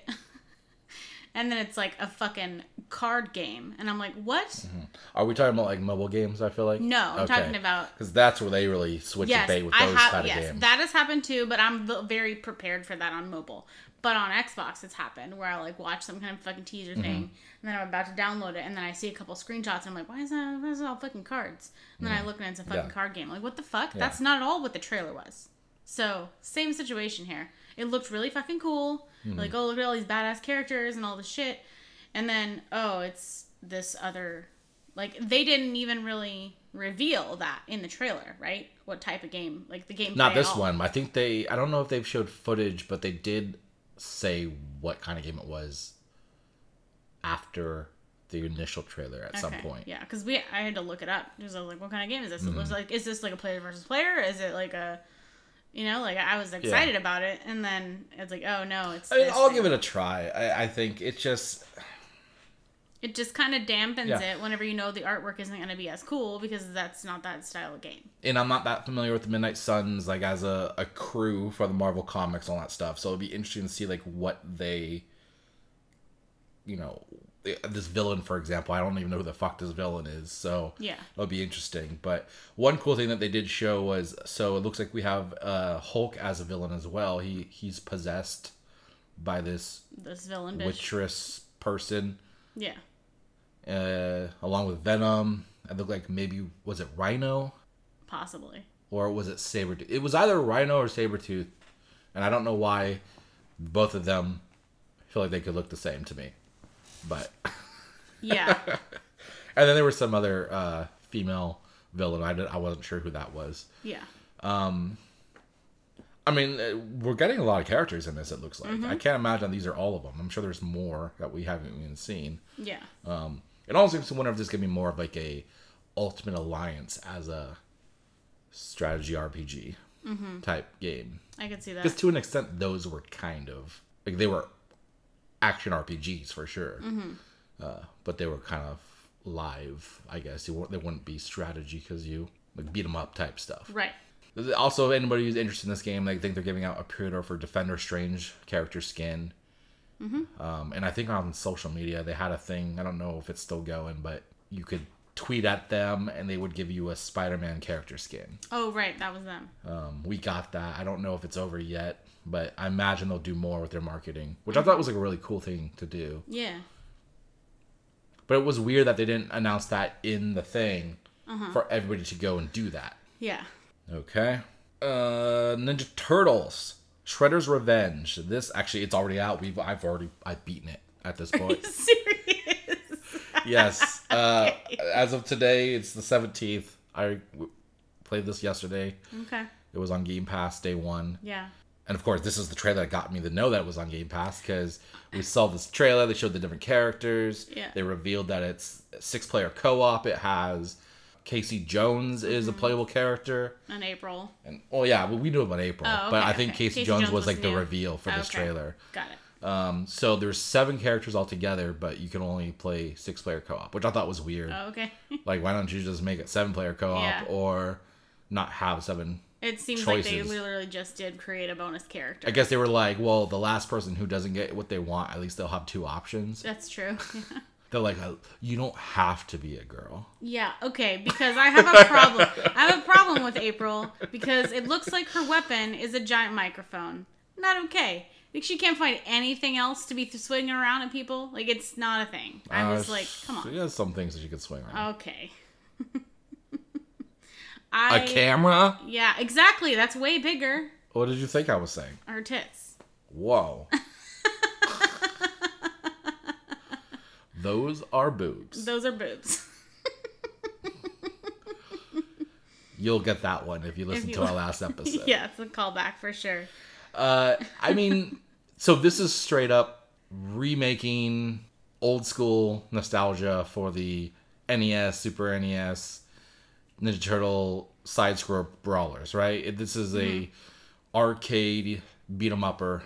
Speaker 2: and then it's like a fucking card game, and I'm like, "What?"
Speaker 1: Are we talking about like mobile games? I feel like
Speaker 2: No, I'm talking about-
Speaker 1: because that's where they really switch
Speaker 2: Yes,
Speaker 1: the bait with
Speaker 2: I
Speaker 1: those
Speaker 2: have.
Speaker 1: kind of
Speaker 2: yes,
Speaker 1: games.
Speaker 2: that has happened too, but I'm v- very prepared for that on mobile. But on Xbox, it's happened where I like watch some kind of fucking teaser
Speaker 1: Mm-hmm.
Speaker 2: thing, and then I'm about to download it, and then I see a couple screenshots. And I'm like, why is that? Why is it all fucking cards? And then I look and it's a fucking
Speaker 1: Mm-hmm. Yeah.
Speaker 2: card game. Like, what the fuck? That's not at all what the trailer was. So same situation here. It looked really fucking cool.
Speaker 1: Mm-hmm.
Speaker 2: Like, oh look at all these badass characters and all this shit, and then oh, it's this other like they didn't even really reveal that in the trailer, right? What type of game? Like the game.
Speaker 1: Not this one. I think they. I don't know if they've showed footage, but they did say what kind of game it was after the initial trailer at some point. Mm-hmm.
Speaker 2: Yeah, because we I had to look it up because I was like, what kind of game is this? It looks like is this like a player versus player? Is it like a you know, like I was excited about it, and then it's like, oh no, it's.
Speaker 1: I mean,
Speaker 2: this
Speaker 1: I'll
Speaker 2: thing.
Speaker 1: give it a try. I, I think it just
Speaker 2: It just kind of dampens
Speaker 1: Yeah.
Speaker 2: it whenever you know the artwork isn't going to be as cool because that's not that style of game.
Speaker 1: and I'm not that familiar with the Midnight Suns like as a, a crew for the Marvel comics and all that stuff. So it'll be interesting to see like what they, you know, eh, this villain for example. I don't even know who the fuck this villain is. So
Speaker 2: Yeah.
Speaker 1: it'll be interesting. But one cool thing that they did show was so it looks like we have uh, Hulk as a villain as well. He he's possessed by this
Speaker 2: This villain bitch.
Speaker 1: witchress person
Speaker 2: yeah.
Speaker 1: uh, along with Venom. I look like maybe was it Rhino?
Speaker 2: Possibly.
Speaker 1: or was it Sabretooth? It was either Rhino or Sabretooth, and I don't know why both of them feel like they could look the same to me. But
Speaker 2: Yeah.
Speaker 1: and then there was some other uh, female villain. I, did, I wasn't sure who that was.
Speaker 2: yeah.
Speaker 1: I mean, uh, we're getting a lot of characters in this. It looks like I can't imagine these are all of them. I'm sure there's more that we haven't even seen.
Speaker 2: Yeah.
Speaker 1: Um, it almost makes me wonder if this could be more of like a Ultimate Alliance as a strategy RPG type game.
Speaker 2: I could see that.
Speaker 1: Because to an extent, those were kind of like they were action RPGs for sure, uh, but they were kind of live. I guess they weren't. They wouldn't be strategy because you like beat 'em up type stuff.
Speaker 2: right.
Speaker 1: Also, anybody who's interested in this game, they think they're giving out a pre-order for Defender Strange character skin. Um, and I think on social media they had a thing. I don't know if it's still going, but you could tweet at them and they would give you a Spider-Man character skin.
Speaker 2: Oh, right. That was them.
Speaker 1: Um, we got that. I don't know if it's over yet, but I imagine they'll do more with their marketing, which I thought was like a really cool thing to do.
Speaker 2: Yeah.
Speaker 1: But it was weird that they didn't announce that in the thing for everybody to go and do that.
Speaker 2: Yeah.
Speaker 1: Okay. Uh, Ninja Turtles, Shredder's Revenge. This actually, it's already out. We've I've already I've beaten it at this point.
Speaker 2: Serious.
Speaker 1: yes. Uh, as of today, it's the seventeenth. I w- played this yesterday.
Speaker 2: Okay.
Speaker 1: It was on Game Pass day one.
Speaker 2: Yeah.
Speaker 1: And of course, this is the trailer that got me to know that it was on Game Pass because we saw this trailer. They showed the different characters.
Speaker 2: Yeah.
Speaker 1: They revealed that it's six player co op. It has Casey Jones is
Speaker 2: Mm-hmm.
Speaker 1: a playable character.
Speaker 2: In April.
Speaker 1: And oh, yeah, well, we knew about April.
Speaker 2: Oh,
Speaker 1: but
Speaker 2: okay,
Speaker 1: I think
Speaker 2: okay.
Speaker 1: Casey, Jones, was, like the
Speaker 2: new.
Speaker 1: reveal for this
Speaker 2: Okay.
Speaker 1: trailer.
Speaker 2: Got it.
Speaker 1: Um, so there's seven characters altogether, but you can only play six player co op, which I thought was weird.
Speaker 2: Oh, okay.
Speaker 1: Like, why don't you just make it seven player co op
Speaker 2: Yeah.
Speaker 1: or not have seven
Speaker 2: It seems like
Speaker 1: Choices.
Speaker 2: they literally just did create a bonus character.
Speaker 1: I guess they were like, well, the last person who doesn't get what they want, at least they'll have two options.
Speaker 2: That's true. Yeah.
Speaker 1: They're like, uh, you don't have to be a girl.
Speaker 2: Yeah, okay, because I have a problem. I have a problem with April because it looks like her weapon is a giant microphone. Not okay. Like she can't find anything else to be th- swinging around at people. Like it's not a thing. I was
Speaker 1: Uh,
Speaker 2: like, come
Speaker 1: She
Speaker 2: on.
Speaker 1: has some things that you could swing on.
Speaker 2: Okay. I
Speaker 1: a camera?
Speaker 2: Oh, Yeah, exactly. That's way bigger.
Speaker 1: What did you think I was saying?
Speaker 2: Her tits.
Speaker 1: whoa. Those are boobs.
Speaker 2: Those are boobs.
Speaker 1: You'll get that one if you listen
Speaker 2: you
Speaker 1: to our
Speaker 2: li-
Speaker 1: last episode.
Speaker 2: yeah, it's a callback for sure.
Speaker 1: Uh, I mean, so this is straight up remaking old school nostalgia for the NES, Super NES, Ninja Turtle side scroll brawlers, right? It- This is
Speaker 2: Mm-hmm.
Speaker 1: a arcade beat 'em upper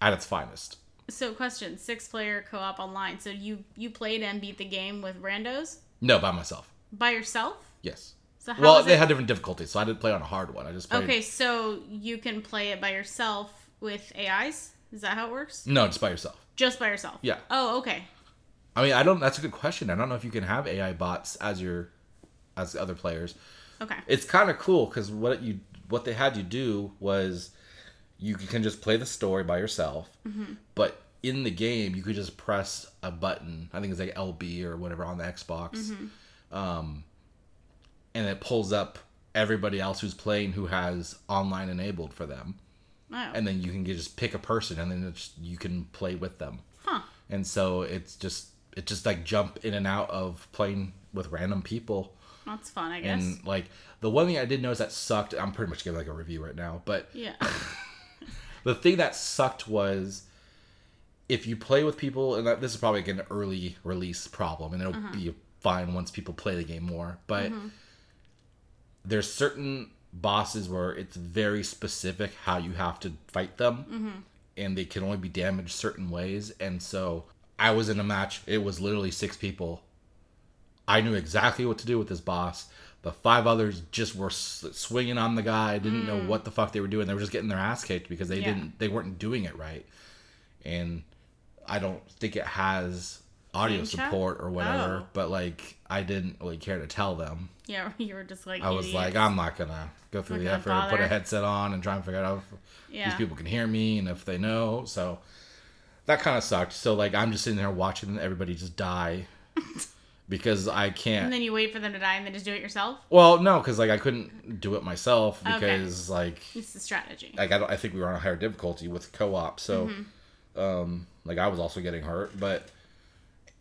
Speaker 1: at its finest.
Speaker 2: So, question: six player co op online. So you you played and beat the game with randos
Speaker 1: No, by myself.
Speaker 2: by yourself?
Speaker 1: Yes.
Speaker 2: So how
Speaker 1: well,
Speaker 2: is
Speaker 1: they
Speaker 2: it?
Speaker 1: had different difficulties, so I didn't play on a hard one. I just played.
Speaker 2: okay, so you can play it by yourself with AIs. Is that how it works?
Speaker 1: No, just by yourself.
Speaker 2: Just by yourself.
Speaker 1: Mm. Yeah.
Speaker 2: Oh, okay.
Speaker 1: I mean, I don't. That's a good question. I don't know if you can have AI bots as your, as other players.
Speaker 2: Okay.
Speaker 1: it's kind of cool because what you what they had you do was you can just play the story by yourself but in the game you could just press a button i think it's like lb or whatever on the xbox um, and it pulls up everybody else who's playing who has online enabled for them
Speaker 2: Oh.
Speaker 1: and then you can get- just pick a person and then it's, you can play with them
Speaker 2: Oh, huh.
Speaker 1: and so it's just it just like jump in and out of playing with random people
Speaker 2: That's fun, I guess.
Speaker 1: and like the one thing I did notice that sucked, I'm pretty much giving like a review right now, but
Speaker 2: yeah.
Speaker 1: the thing that sucked was if you play with people, and that, this is probably like an early release problem, and it'll be fine once people play the game more. But there's certain bosses where it's very specific how you have to fight them, and they can only be damaged certain ways. And so I was in a match; it was literally six people. I knew exactly what to do with this boss. The five others just were s- swinging on the guy. Didn't know what the fuck they were doing. They were just getting their ass kicked because they
Speaker 2: Yeah.
Speaker 1: didn't. They weren't doing it right. And I don't think it has audio
Speaker 2: Game chat?
Speaker 1: support or whatever.
Speaker 2: Oh.
Speaker 1: But like, I didn't really care to tell them.
Speaker 2: Yeah, you were just like
Speaker 1: I was like, I'm not gonna go through
Speaker 2: Not
Speaker 1: the
Speaker 2: gonna
Speaker 1: effort, and put a
Speaker 2: bother.
Speaker 1: headset on, and try and figure out if
Speaker 2: yeah.
Speaker 1: these people can hear me and if they know. So that kind of sucked. So like, I'm just sitting there watching everybody just die because I can't.
Speaker 2: And then you wait for them to die and then just do it yourself.
Speaker 1: Well, no, because like I couldn't do it myself
Speaker 2: Okay.
Speaker 1: because like
Speaker 2: It's the strategy.
Speaker 1: like I, don't, I think we were on a higher difficulty with co-op, so um like I was also getting hurt. But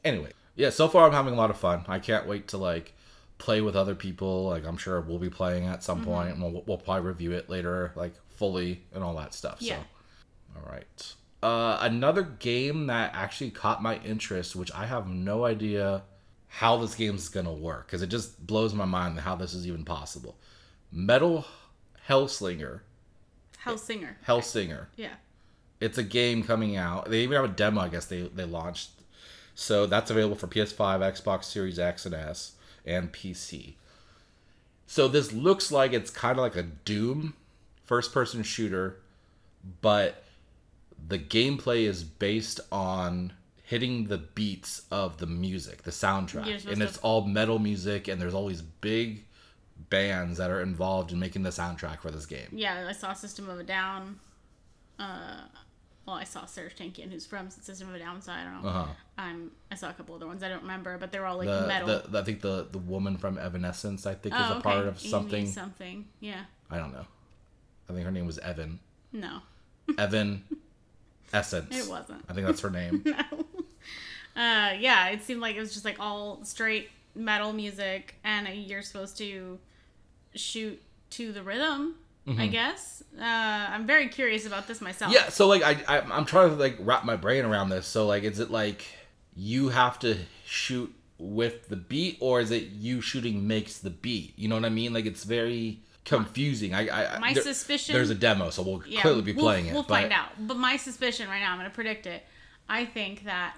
Speaker 1: anyway, yeah. So far, I'm having a lot of fun. I can't wait to like play with other people. Like I'm sure we'll be playing at some point, and we'll, we'll probably review it later, like fully and all that stuff.
Speaker 2: Yeah.
Speaker 1: So all right. Uh, another game that actually caught my interest, which I have no idea how this game's gonna work, because it just blows my mind how this is even possible. Metal Hellslinger,
Speaker 2: Hellsinger.
Speaker 1: Hellsinger.
Speaker 2: Yeah.
Speaker 1: It's a game coming out. They even have a demo, I guess they they launched. So that's available for PS5, Xbox Series X and S, and PC. So this looks like it's kind of like a Doom first-person shooter, but the gameplay is based on hitting the beats of the music, the
Speaker 2: You're
Speaker 1: soundtrack,
Speaker 2: supposed
Speaker 1: and
Speaker 2: to-
Speaker 1: it's all metal music, and there's all these big bands that are involved in making the soundtrack for this game.
Speaker 2: Yeah, I saw System of a Down. Uh, well, I saw Serge Tankian, who's from System of a Down, so I don't know.
Speaker 1: Uh-huh.
Speaker 2: Um, I saw a couple other ones I don't remember, but they were all like
Speaker 1: the,
Speaker 2: metal.
Speaker 1: The, the- I think the the woman from Evanescence I think is
Speaker 2: oh,
Speaker 1: a part
Speaker 2: okay.
Speaker 1: of
Speaker 2: Amy
Speaker 1: something.
Speaker 2: something. Yeah.
Speaker 1: I don't know. I think her name was Evan.
Speaker 2: No,
Speaker 1: Evan Essence.
Speaker 2: it wasn't.
Speaker 1: I think that's her name.
Speaker 2: No. Uh, yeah, it seemed like it was just like all straight metal music, and you're supposed to shoot to the rhythm. I guess. Uh, I'm very curious about this myself.
Speaker 1: Mm-hmm. yeah. So like I, I I'm trying to like wrap my brain around this. So like is it like you have to shoot with the beat or is it you shooting makes the beat? You know what I mean? Like it's very confusing. I I I-
Speaker 2: My
Speaker 1: there-
Speaker 2: suspicion-
Speaker 1: There's a demo, so we'll
Speaker 2: yeah,
Speaker 1: clearly be
Speaker 2: we'll-
Speaker 1: playing it.
Speaker 2: We'll
Speaker 1: but
Speaker 2: find out. But my suspicion right now, I'm going to predict it. I think that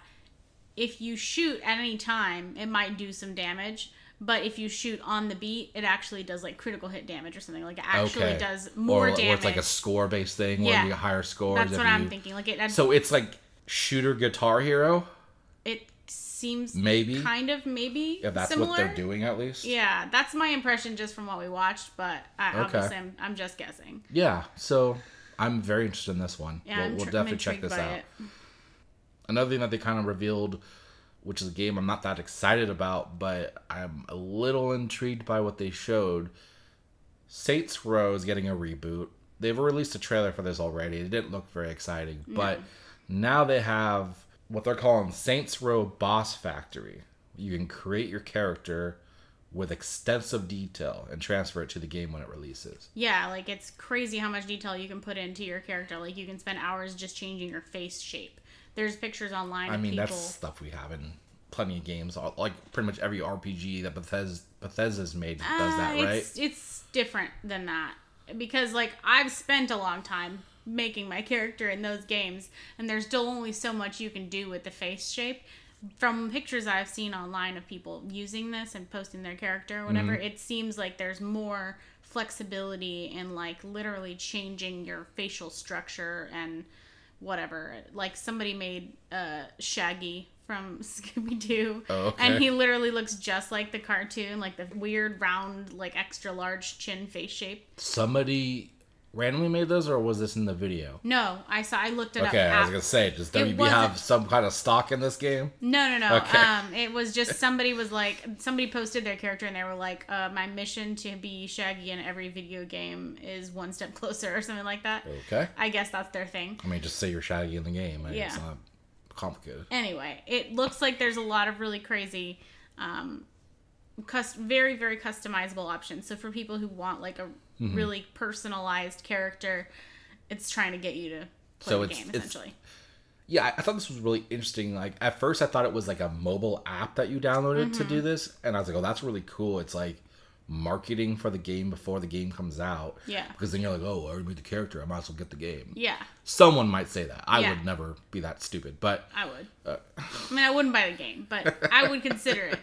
Speaker 2: if you shoot at any time, it might do some damage. But if you shoot on the beat, it actually does like critical hit damage or something. Like it actually
Speaker 1: Okay.
Speaker 2: does more
Speaker 1: or,
Speaker 2: damage.
Speaker 1: Or it's like a score based thing
Speaker 2: Yeah.
Speaker 1: where you get higher scores.
Speaker 2: That's
Speaker 1: if
Speaker 2: what I'm
Speaker 1: you-
Speaker 2: thinking. Like it,
Speaker 1: So it's like shooter guitar hero,
Speaker 2: it seems
Speaker 1: maybe.
Speaker 2: kind of maybe
Speaker 1: if that's
Speaker 2: similar.
Speaker 1: what they're doing at least.
Speaker 2: Yeah, that's my impression just from what we watched. But I,
Speaker 1: Okay.
Speaker 2: obviously, I'm, I'm just guessing.
Speaker 1: Yeah, So I'm very interested in this one.
Speaker 2: Yeah,
Speaker 1: we'll,
Speaker 2: I'm,
Speaker 1: we'll
Speaker 2: tr- I'm
Speaker 1: definitely check
Speaker 2: intrigued
Speaker 1: this
Speaker 2: by
Speaker 1: out.
Speaker 2: it.
Speaker 1: Another thing that they kind of revealed, which is a game I'm not that excited about, but I'm a little intrigued by what they showed. Saints Row is getting a reboot. they've released a trailer for this already. It didn't look very exciting, but now they have what they're calling Saints Row Boss Factory. You can create your character with extensive detail and transfer it to the game when it releases.
Speaker 2: Yeah, like it's crazy how much detail you can put into your character. Like you can spend hours just changing your face shape. There's pictures online
Speaker 1: I
Speaker 2: of
Speaker 1: mean,
Speaker 2: people.
Speaker 1: that's stuff we have in plenty of games. all- Like pretty much every RPG that Bethesda, Bethesda's made does that,
Speaker 2: Uh,
Speaker 1: right?
Speaker 2: It's, it's different than that because like I've spent a long time making my character in those games, and there's still only so much you can do with the face shape. From pictures I've seen online of people using this and posting their character or whatever,
Speaker 1: Mm-hmm.
Speaker 2: it seems like there's more flexibility in like literally changing your facial structure and whatever. Like somebody made uh, Shaggy from Scooby Doo,
Speaker 1: Oh, okay.
Speaker 2: and he literally looks just like the cartoon, like the weird round, like extra large chin face shape.
Speaker 1: Somebody randomly made those, or was this in the video?
Speaker 2: No, I saw. I looked it
Speaker 1: Okay,
Speaker 2: up.
Speaker 1: I was
Speaker 2: at-
Speaker 1: gonna say, does WB
Speaker 2: wasn't-
Speaker 1: have some kind of stock in this game?
Speaker 2: No, no, no.
Speaker 1: Okay.
Speaker 2: Um, it was just somebody was like somebody posted their character and they were like, uh, "My mission to be Shaggy in every video game is one step closer" or something like that.
Speaker 1: Okay.
Speaker 2: I guess that's their thing.
Speaker 1: I mean, just say you're Shaggy in the game. and It's
Speaker 2: Yeah.
Speaker 1: not complicated.
Speaker 2: Anyway, it looks like there's a lot of really crazy, um, cus- very very customizable options. So for people who want like a
Speaker 1: Mm-hmm.
Speaker 2: really personalized character, it's trying to get you to play
Speaker 1: So
Speaker 2: the
Speaker 1: it's-
Speaker 2: game
Speaker 1: it's-
Speaker 2: essentially.
Speaker 1: Yeah, I, I thought this was really interesting. Like at first, I thought it was like a mobile app that you downloaded to
Speaker 2: Mm-hmm.
Speaker 1: do this, and I was like, "Oh, that's really cool." It's like marketing for the game before the game comes out.
Speaker 2: Yeah.
Speaker 1: Because then you're like, "Oh, I already made the character. I might as well get the game."
Speaker 2: Yeah,
Speaker 1: Someone might say that. I
Speaker 2: Yeah.
Speaker 1: would never be that stupid, but
Speaker 2: I would.
Speaker 1: Uh.
Speaker 2: I mean, I wouldn't buy the game, but I would consider it.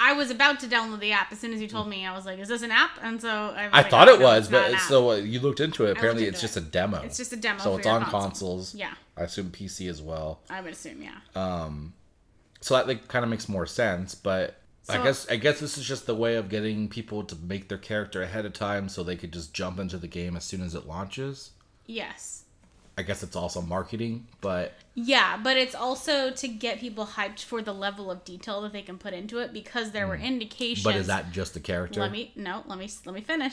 Speaker 2: I was about to download the app as soon as you told me. I was like, "Is this an app?" And so I, was
Speaker 1: I
Speaker 2: like,
Speaker 1: thought
Speaker 2: "Oh,
Speaker 1: it
Speaker 2: no,
Speaker 1: was.
Speaker 2: it's not
Speaker 1: But
Speaker 2: an app."
Speaker 1: so uh, you looked into it. Apparently,
Speaker 2: into
Speaker 1: it's just
Speaker 2: it.
Speaker 1: a demo.
Speaker 2: it's just a demo.
Speaker 1: so
Speaker 2: for
Speaker 1: it's
Speaker 2: your
Speaker 1: on
Speaker 2: console.
Speaker 1: consoles.
Speaker 2: Yeah,
Speaker 1: I assume PC as well.
Speaker 2: I would assume. Yeah.
Speaker 1: Uh. so that like kind of makes more sense but i
Speaker 2: So-
Speaker 1: guess i guess this is just the way of getting people to make their character ahead of time so they could just jump into the game as soon as it launches
Speaker 2: yes.
Speaker 1: i guess it's also marketing but
Speaker 2: Yeah, but it's also to get people hyped for the level of detail that they can put into it because there were indications.
Speaker 1: Mm. but is that Mm. just the character
Speaker 2: Let me no. Let me let me finish.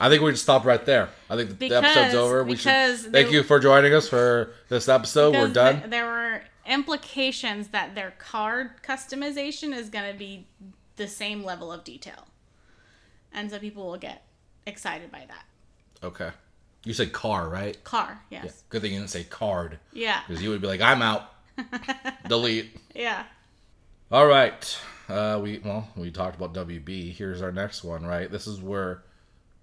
Speaker 1: i think we should stop right there i think the
Speaker 2: Because-
Speaker 1: episode's over we
Speaker 2: because
Speaker 1: should thank
Speaker 2: they-
Speaker 1: you for joining us for this episode we're
Speaker 2: Because
Speaker 1: done
Speaker 2: th- there were implications that their card customization is going to be the same level of detail, and so people will get excited by that
Speaker 1: okay you said car right
Speaker 2: car. Yes.
Speaker 1: good thing you didn't say card
Speaker 2: Yeah. Yeah.
Speaker 1: because you would be like i'm out delete
Speaker 2: yeah.
Speaker 1: All right. Uh, we well, we talked about WB. Here's our next one, right? This is where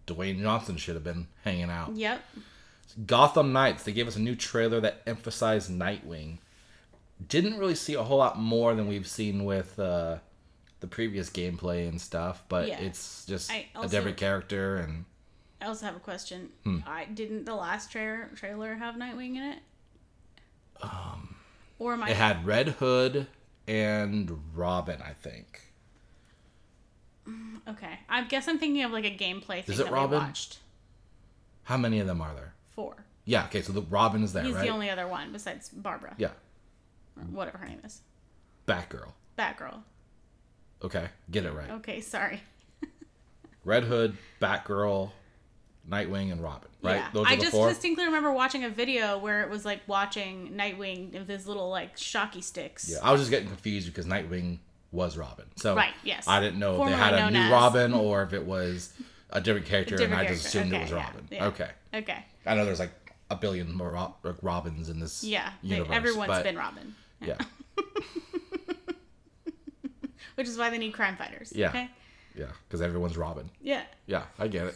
Speaker 1: Dwayne Johnson should have been hanging out.
Speaker 2: Yep.
Speaker 1: Gotham Knights. They gave us a new trailer that emphasized Nightwing. Didn't really see a whole lot more than we've seen with uh, the previous gameplay and stuff, but
Speaker 2: Yeah.
Speaker 1: it's just
Speaker 2: I
Speaker 1: a
Speaker 2: also-
Speaker 1: different character and
Speaker 2: I also have a question.
Speaker 1: Hmm.
Speaker 2: I didn't the last trailer trailer have Nightwing in it. Um. Or am I
Speaker 1: Um, it had Red Hood and Robin, I think.
Speaker 2: Okay. I guess I'm thinking of like a gameplay thing
Speaker 1: Is it
Speaker 2: that
Speaker 1: Robin?
Speaker 2: we watched.
Speaker 1: How many of them are there?
Speaker 2: Four.
Speaker 1: Yeah, okay, so the Robin is there,
Speaker 2: He's
Speaker 1: right?
Speaker 2: the only other one besides Barbara.
Speaker 1: yeah.
Speaker 2: or Whatever her name is.
Speaker 1: Batgirl.
Speaker 2: Batgirl.
Speaker 1: Okay, get it right.
Speaker 2: Okay, sorry.
Speaker 1: Red Hood, Batgirl, Nightwing, and Robin. Right?
Speaker 2: Yeah.
Speaker 1: Those are
Speaker 2: I
Speaker 1: the
Speaker 2: just
Speaker 1: four.
Speaker 2: distinctly remember watching a video where it was like watching Nightwing with his little like shocky sticks.
Speaker 1: Yeah, I was just getting confused because Nightwing was Robin. So
Speaker 2: Right, yes.
Speaker 1: I didn't know if
Speaker 2: Formerly
Speaker 1: they had a
Speaker 2: known
Speaker 1: new
Speaker 2: as-
Speaker 1: Robin or if it was a different character,
Speaker 2: different
Speaker 1: and I just assumed
Speaker 2: character.
Speaker 1: it
Speaker 2: Okay,
Speaker 1: was
Speaker 2: yeah,
Speaker 1: Robin.
Speaker 2: yeah.
Speaker 1: Okay,
Speaker 2: Okay.
Speaker 1: I know there's like a billion more Rob- like Robins in this.
Speaker 2: Yeah. they-
Speaker 1: universe,
Speaker 2: everyone's
Speaker 1: but-
Speaker 2: been Robin.
Speaker 1: Yeah,
Speaker 2: Which is why they need crime fighters.
Speaker 1: Yeah.
Speaker 2: Okay.
Speaker 1: yeah, because everyone's Robin.
Speaker 2: Yeah.
Speaker 1: Yeah, I get it.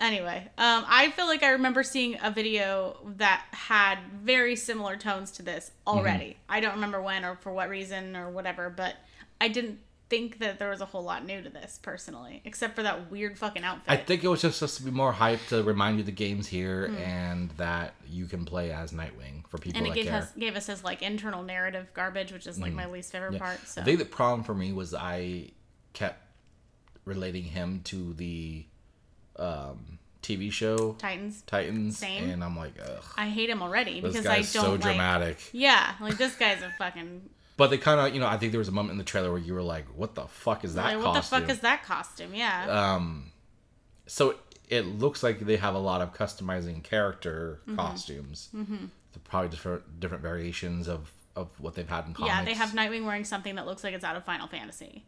Speaker 2: Anyway, um, I feel like I remember seeing a video that had very similar tones to this
Speaker 1: Mm-hmm.
Speaker 2: already. I don't remember when or for what reason or whatever, but I didn't think that there was a whole lot new to this personally, except for that weird fucking outfit.
Speaker 1: I think it was just supposed to be more hype to remind you the game's here and that you can play as Nightwing for people
Speaker 2: Hmm. and it
Speaker 1: that
Speaker 2: gave
Speaker 1: care.
Speaker 2: us gave us his like internal narrative garbage, which is like
Speaker 1: Mm.
Speaker 2: my least favorite part. So
Speaker 1: I think the problem for me was I kept relating him to the um, TV show
Speaker 2: Titans,
Speaker 1: Titans,
Speaker 2: Same.
Speaker 1: and I'm like, ugh,
Speaker 2: I hate him already
Speaker 1: this
Speaker 2: because I don't
Speaker 1: guy's so
Speaker 2: like.
Speaker 1: dramatic.
Speaker 2: Yeah, like this guy's a fucking
Speaker 1: But they kind of, you know, I think there was a moment in the trailer where you were like, "What the fuck is that
Speaker 2: Like, what the
Speaker 1: costume?"
Speaker 2: fuck is that costume? Yeah.
Speaker 1: um, so it looks like they have a lot of customizing character costumes. Mm-hmm. Probably different different variations of of what they've had in comics.
Speaker 2: yeah, they have Nightwing wearing something that looks like it's out of Final Fantasy.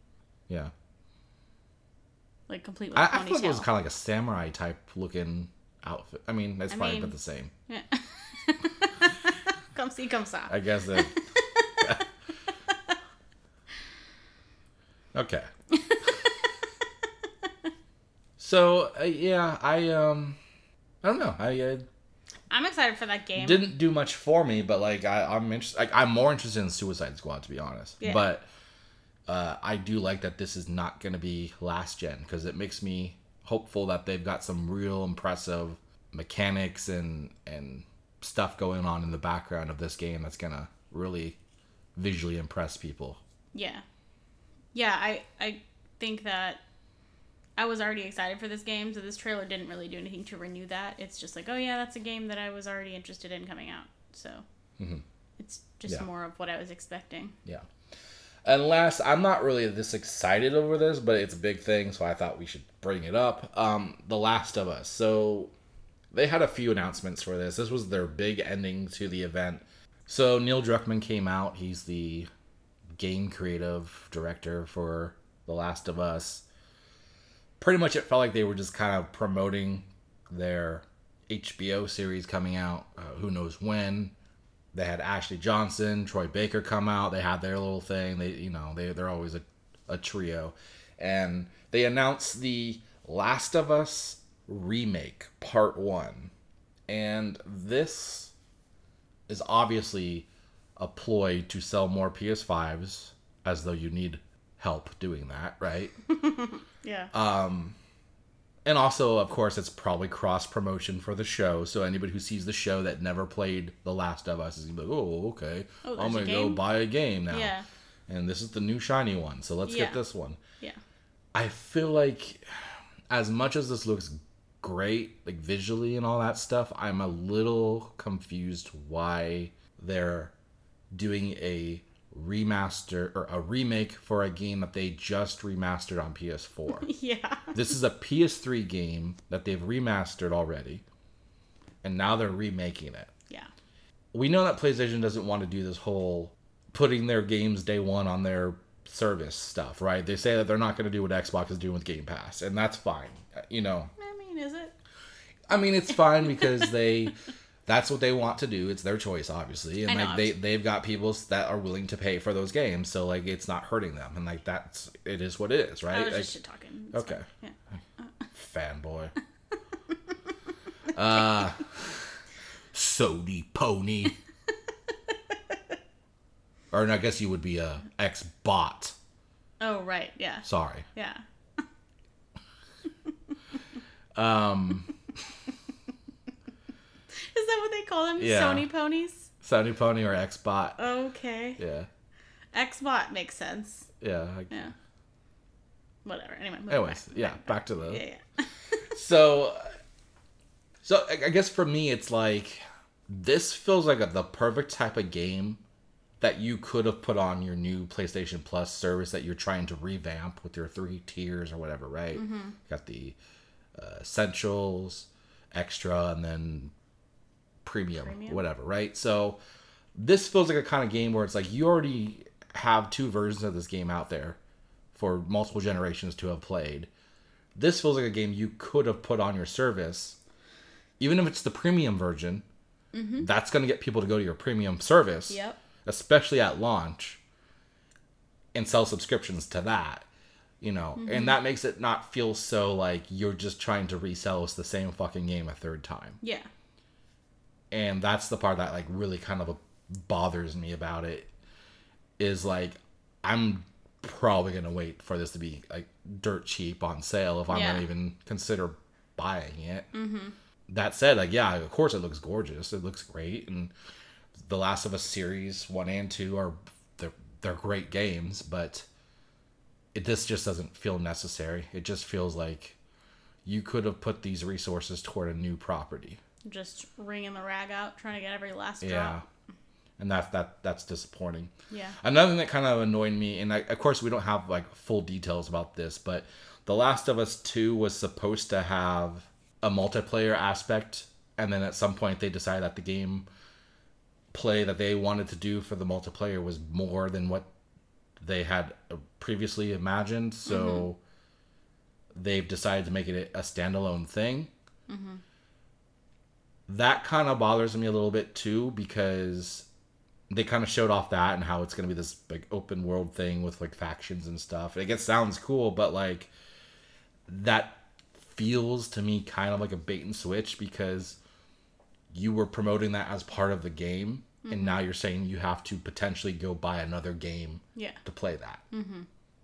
Speaker 1: Yeah,
Speaker 2: Like completely
Speaker 1: I, I
Speaker 2: ponytail.
Speaker 1: feel like it was kind of like a samurai type looking outfit. I mean, that's
Speaker 2: I
Speaker 1: probably
Speaker 2: mean-
Speaker 1: about the same.
Speaker 2: Yeah. come see, come saw.
Speaker 1: I guess that. okay. so uh, yeah, I um, I don't know. I uh,
Speaker 2: I'm excited for that game.
Speaker 1: didn't do much for me, but like I, I'm interested. Like I'm more interested in Suicide Squad to be honest.
Speaker 2: Yeah.
Speaker 1: But uh, I do like that this is not going to be last gen because it makes me hopeful that they've got some real impressive mechanics and and stuff going on in the background of this game that's gonna really visually impress people.
Speaker 2: Yeah. Yeah, I I think that I was already excited for this game, so this trailer didn't really do anything to renew that. It's just like, oh yeah, that's a game that I was already interested in coming out. So it's just
Speaker 1: Mm-hmm. Yeah.
Speaker 2: more of what I was expecting.
Speaker 1: Yeah. And last, I'm not really this excited over this, but it's a big thing, so I thought we should bring it up. Um, the Last of Us. So they had a few announcements for this. This was their big ending to the event. So Neil Druckmann came out. He's the game creative director for The Last of Us. Pretty much, it felt like they were just kind of promoting their HBO series coming out. Uh, who knows when? they had Ashley Johnson, Troy Baker come out. They had their little thing. They, you know, they they're always a, a trio, and they announced the Last of Us remake part one, and this is obviously a ploy to sell more PS5s, as though you need help doing that, right?
Speaker 2: Yeah.
Speaker 1: Uh, and also of course it's probably cross promotion for the show so anybody who sees the show that never played the last of us is gonna be like oh okay
Speaker 2: Oh,
Speaker 1: i'm
Speaker 2: there's a
Speaker 1: gonna go
Speaker 2: game?
Speaker 1: buy a game now
Speaker 2: Yeah.
Speaker 1: and this is the new shiny one so let's
Speaker 2: Yeah.
Speaker 1: get this one
Speaker 2: yeah.
Speaker 1: i feel like as much as this looks great like visually and all that stuff i'm a little confused why they're doing a remaster or a remake for a game that they just remastered on ps4
Speaker 2: Yeah.
Speaker 1: this is a PS3 game that they've remastered already, and now they're remaking it.
Speaker 2: Yeah.
Speaker 1: We know that PlayStation doesn't want to do this whole putting their games day one on their service stuff, right? They say that they're not going to do what Xbox is doing with Game Pass, and that's fine. Uh, You know,
Speaker 2: I mean, is it?
Speaker 1: I mean, it's fine because they. That's what they want to do. It's their choice, obviously, and
Speaker 2: I know,
Speaker 1: like they they've got people that are willing to pay for those games, so like it's not hurting them, and like that's it is what it is, right?
Speaker 2: I was
Speaker 1: Like-
Speaker 2: just shit talking. It's
Speaker 1: okay.
Speaker 2: fine. Yeah.
Speaker 1: fanboy. uh, Sony pony. or no, I guess you would be a ex bot.
Speaker 2: Oh right. Yeah.
Speaker 1: Sorry.
Speaker 2: Yeah.
Speaker 1: Um,
Speaker 2: Is that what they call them?
Speaker 1: Yeah.
Speaker 2: Sony ponies?
Speaker 1: Sony pony or ex bot.
Speaker 2: Okay.
Speaker 1: Yeah,
Speaker 2: Xbot makes sense.
Speaker 1: yeah. I-
Speaker 2: Yeah. Whatever. Anyway. move
Speaker 1: Anyways,
Speaker 2: back.
Speaker 1: yeah. Back to the.
Speaker 2: Yeah. yeah.
Speaker 1: so so I I guess for me it's like this feels like a, the perfect type of game that you could have put on your new PlayStation Plus service that you're trying to revamp with your three tiers or whatever, right?
Speaker 2: Mm-hmm.
Speaker 1: You got the uh, essentials, extra, and then premium,
Speaker 2: Premium.
Speaker 1: whatever, right? So this feels like a kind of game where it's like you already have two versions of this game out there for multiple generations to have played. This feels like a game you could have put on your service, even if it's the premium version. That's going to get people to go to your premium service,
Speaker 2: Mm-hmm. Yep.
Speaker 1: especially at launch, and sell subscriptions to that. You know, and that makes it not feel so like you're just trying to resell us the same fucking game a third time
Speaker 2: Yeah.
Speaker 1: and that's the part that like really kind of bothers me about it is like i'm probably gonna wait for this to be like dirt cheap on sale if i'm
Speaker 2: Yeah.
Speaker 1: gonna even consider buying it that said like yeah of course it looks gorgeous it looks great and the last of us series one and two are they're, they're great games but it, this just doesn't feel necessary it just feels like you could have put these resources toward a new property
Speaker 2: Just wringing the rag out, trying to get every last
Speaker 1: yeah.
Speaker 2: drop.
Speaker 1: and that's that that's disappointing.
Speaker 2: Yeah.
Speaker 1: Another thing that kind of annoyed me, and I, of course we don't have like full details about this, but The Last of Us Two was supposed to have a multiplayer aspect, and then at some point they decided that the game play that they wanted to do for the multiplayer was more than what they had previously imagined. So they've decided to make it a standalone thing. That kind of bothers me a little bit too because they kind of showed off that and how it's going to be this like open world thing with like factions and stuff. And I guess sounds cool, but like that feels to me kind of like a bait and switch because you were promoting that as part of the game and now you're saying you have to potentially go buy another game
Speaker 2: Yeah.
Speaker 1: to play that.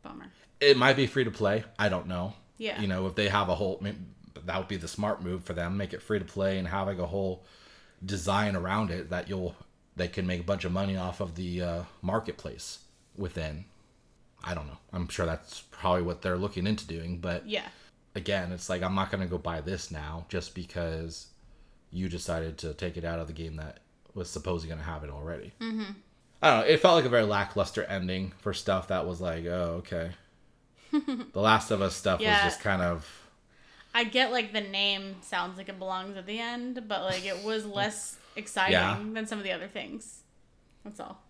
Speaker 2: Bummer.
Speaker 1: It might be free to play. I don't know.
Speaker 2: Yeah.
Speaker 1: You know, if they have a whole, may- that would be the smart move for them. Make it free to play and have like a whole design around it that you'll they can make a bunch of money off of the uh, marketplace within. I don't know. I'm sure that's probably what they're looking into doing, but
Speaker 2: Yeah.
Speaker 1: again, it's like I'm not gonna go buy this now just because you decided to take it out of the game that was supposedly gonna have it already. Mm-hmm. I don't know. It felt like a very lackluster ending for stuff that was like, oh, okay. the Last of Us stuff
Speaker 2: Yeah.
Speaker 1: was just kind of
Speaker 2: I get like the name sounds like it belongs at the end, but like it was less exciting
Speaker 1: Yeah.
Speaker 2: than some of the other things. That's all.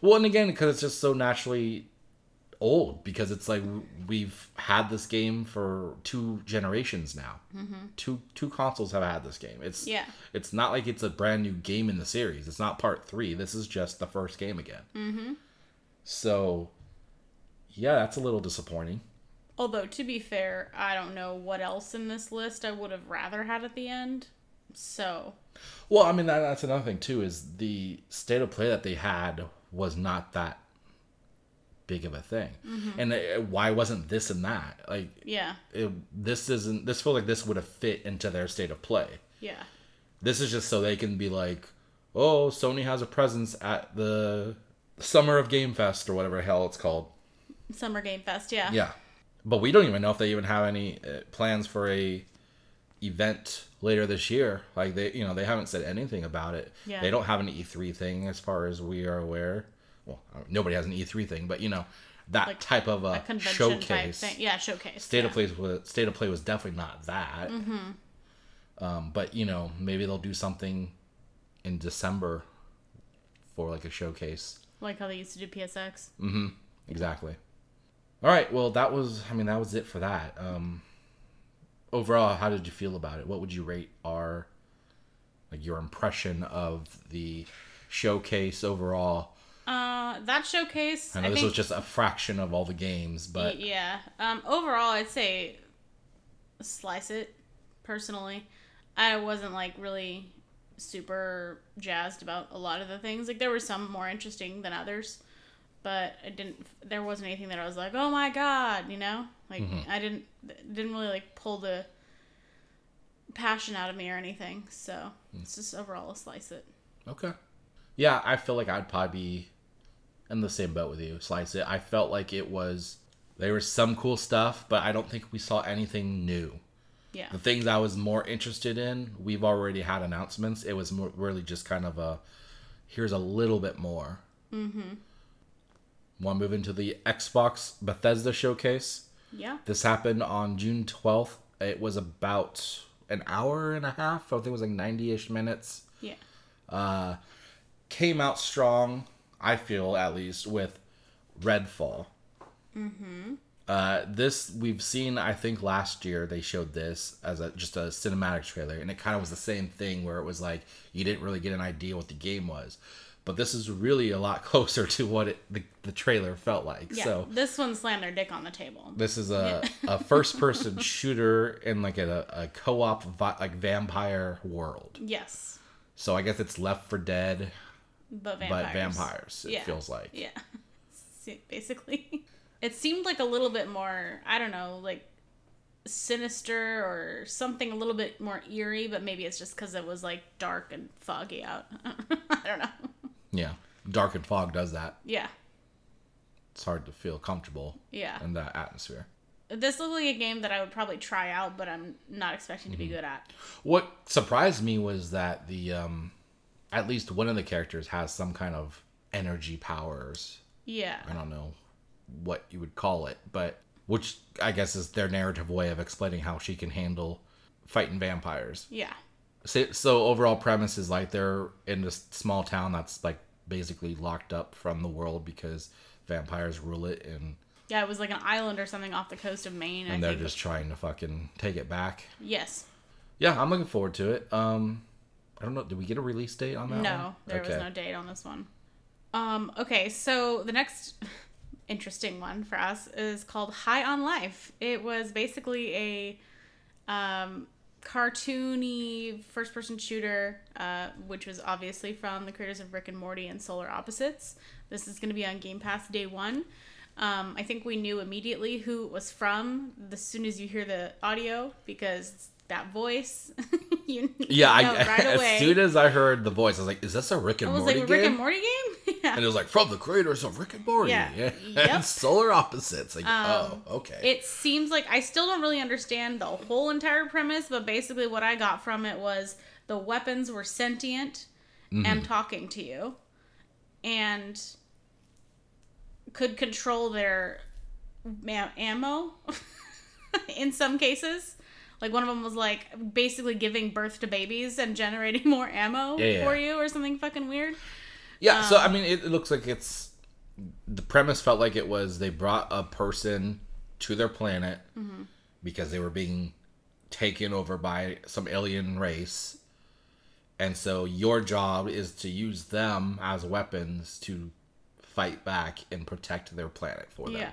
Speaker 1: well, and again, because it's just so naturally old because it's like w- we've had this game for two generations now. Mm-hmm. Two two consoles have had this game. It's
Speaker 2: Yeah.
Speaker 1: It's not like it's a brand new game in the series. It's not part three. This is just the first game again. Mm-hmm. So, yeah, that's a little disappointing.
Speaker 2: Although to be fair, I don't know what else in this list I would have rather had at the end. So
Speaker 1: Well, I mean, that, that's another thing too. Is the state of play that they had was not that big of a thing, and uh, why wasn't this and that like
Speaker 2: yeah,
Speaker 1: it, this isn't this feels like this would have fit into their state of play.
Speaker 2: yeah,
Speaker 1: This is just so they can be like, oh, Sony has a presence at the Summer of Game Fest or whatever hell it's called.
Speaker 2: Summer Game Fest. Yeah,
Speaker 1: Yeah, but we don't even know if they even have any uh, plans for a event later this year. Like they, you know, they haven't said anything about it.
Speaker 2: Yeah.
Speaker 1: They don't have an E3 thing as far as we are aware. Well, uh, nobody has an E3 thing, but you know, that
Speaker 2: Like
Speaker 1: type of
Speaker 2: a
Speaker 1: a,
Speaker 2: convention
Speaker 1: showcase.
Speaker 2: type thing. Yeah, showcase.
Speaker 1: State
Speaker 2: yeah. Mm-hmm.
Speaker 1: of play was state of play was definitely not that. Um, but you know, maybe they'll do something in December for like a showcase.
Speaker 2: like how they used to do PSX.
Speaker 1: Exactly. All right. Well, that was. I mean, that was it for that. Um, overall, how did you feel about it? What would you rate our, like, your impression of the showcase overall?
Speaker 2: Uh, that showcase.
Speaker 1: I
Speaker 2: I,
Speaker 1: know this
Speaker 2: think,
Speaker 1: was just a fraction of all the games, but
Speaker 2: yeah. Um, overall, I'd say slice it. Personally, I wasn't like really super jazzed about a lot of the things. Like there were some more interesting than others, but I didn't. There wasn't anything that I was like, oh my god, you know. Like
Speaker 1: Mm-hmm.
Speaker 2: I didn't didn't really like pull the passion out of me or anything. So
Speaker 1: Mm.
Speaker 2: it's just overall a slice it.
Speaker 1: okay. Yeah, I feel like I'd probably be in the same boat with you. Slice it. I felt like it was there was some cool stuff, but I don't think we saw anything new.
Speaker 2: Yeah.
Speaker 1: the things I was more interested in, we've already had announcements. It was more, really just kind of a here's a little bit more. Mm-hmm. Want to move into the Xbox Bethesda showcase?
Speaker 2: Yeah.
Speaker 1: This happened on June 12th. It was about an hour and a half. I think it was like 90 ish minutes
Speaker 2: Yeah.
Speaker 1: came out strong, I feel at least, with Redfall. Mm-hmm.
Speaker 2: Mm-hmm.
Speaker 1: Uh, this we've seen. I think last year they showed this as a, just a cinematic trailer, and it kind of was the same thing where it was like you didn't really get an idea what the game was. But this is really a lot closer to what it, the, the trailer felt like.
Speaker 2: Yeah.
Speaker 1: So
Speaker 2: this one slammed their dick on the table.
Speaker 1: this is a, a first person shooter in like a, a co op vi- like vampire world.
Speaker 2: Yes.
Speaker 1: So I guess it's Left for Dead,
Speaker 2: But vampires.
Speaker 1: but vampires. It
Speaker 2: Yeah.
Speaker 1: feels like.
Speaker 2: Yeah. See, Basically. It seemed like a little bit more, I don't know, like sinister or something a little bit more eerie, but maybe it's just because it was like dark and foggy out. I don't know.
Speaker 1: Yeah. Dark and fog does that.
Speaker 2: Yeah.
Speaker 1: It's hard to feel comfortable
Speaker 2: Yeah.
Speaker 1: in that atmosphere.
Speaker 2: This looked like a game that I would probably try out,
Speaker 1: Mm-hmm.
Speaker 2: but I'm not expecting to be good at.
Speaker 1: What surprised me was that the um at least one of the characters has some kind of energy powers.
Speaker 2: Yeah.
Speaker 1: I don't know what you would call it, but which I guess is their narrative way of explaining how she can handle fighting vampires.
Speaker 2: Yeah.
Speaker 1: So, so overall premise is like they're in this small town that's like basically locked up from the world because vampires rule it and
Speaker 2: Yeah, it was like an island or something off the coast of Maine.
Speaker 1: and
Speaker 2: I
Speaker 1: they're
Speaker 2: think.
Speaker 1: just trying to fucking take it back.
Speaker 2: yes.
Speaker 1: Yeah, I'm looking forward to it. Um I don't know, did we get a release date on that?
Speaker 2: No,
Speaker 1: one?
Speaker 2: there was no date on this one. Um, okay, so the next interesting one for us is called High on Life. It was basically a um, cartoony first person shooter, uh, which was obviously from the creators of Rick and Morty and Solar Opposites. This is going to be on Game Pass day one. Um, I think we knew immediately who it was from as soon as you hear the audio because that voice. you
Speaker 1: Yeah, I,
Speaker 2: know
Speaker 1: as soon as I heard the voice, I was like, "Is this a Rick and
Speaker 2: I was
Speaker 1: Morty
Speaker 2: like
Speaker 1: game?"
Speaker 2: Rick and Morty game. yeah.
Speaker 1: and it was like from the creators of Rick and Morty.
Speaker 2: Yeah. Yep.
Speaker 1: and Solar Opposites. Like,
Speaker 2: Um,
Speaker 1: oh, okay.
Speaker 2: It seems like I still don't really understand the whole entire premise, but basically what I got from it was the weapons were sentient
Speaker 1: Mm-hmm.
Speaker 2: and talking to you, and could control their ma- ammo in some cases. Like one of them was like basically giving birth to babies and generating more ammo
Speaker 1: Yeah, yeah.
Speaker 2: for you or something fucking weird.
Speaker 1: yeah. so
Speaker 2: Um,
Speaker 1: I mean, it, it looks like it's the premise felt like it was they brought a person to their planet
Speaker 2: Mm-hmm.
Speaker 1: because they were being taken over by some alien race, and so your job is to use them as weapons to fight back and protect their planet for them.
Speaker 2: Yeah.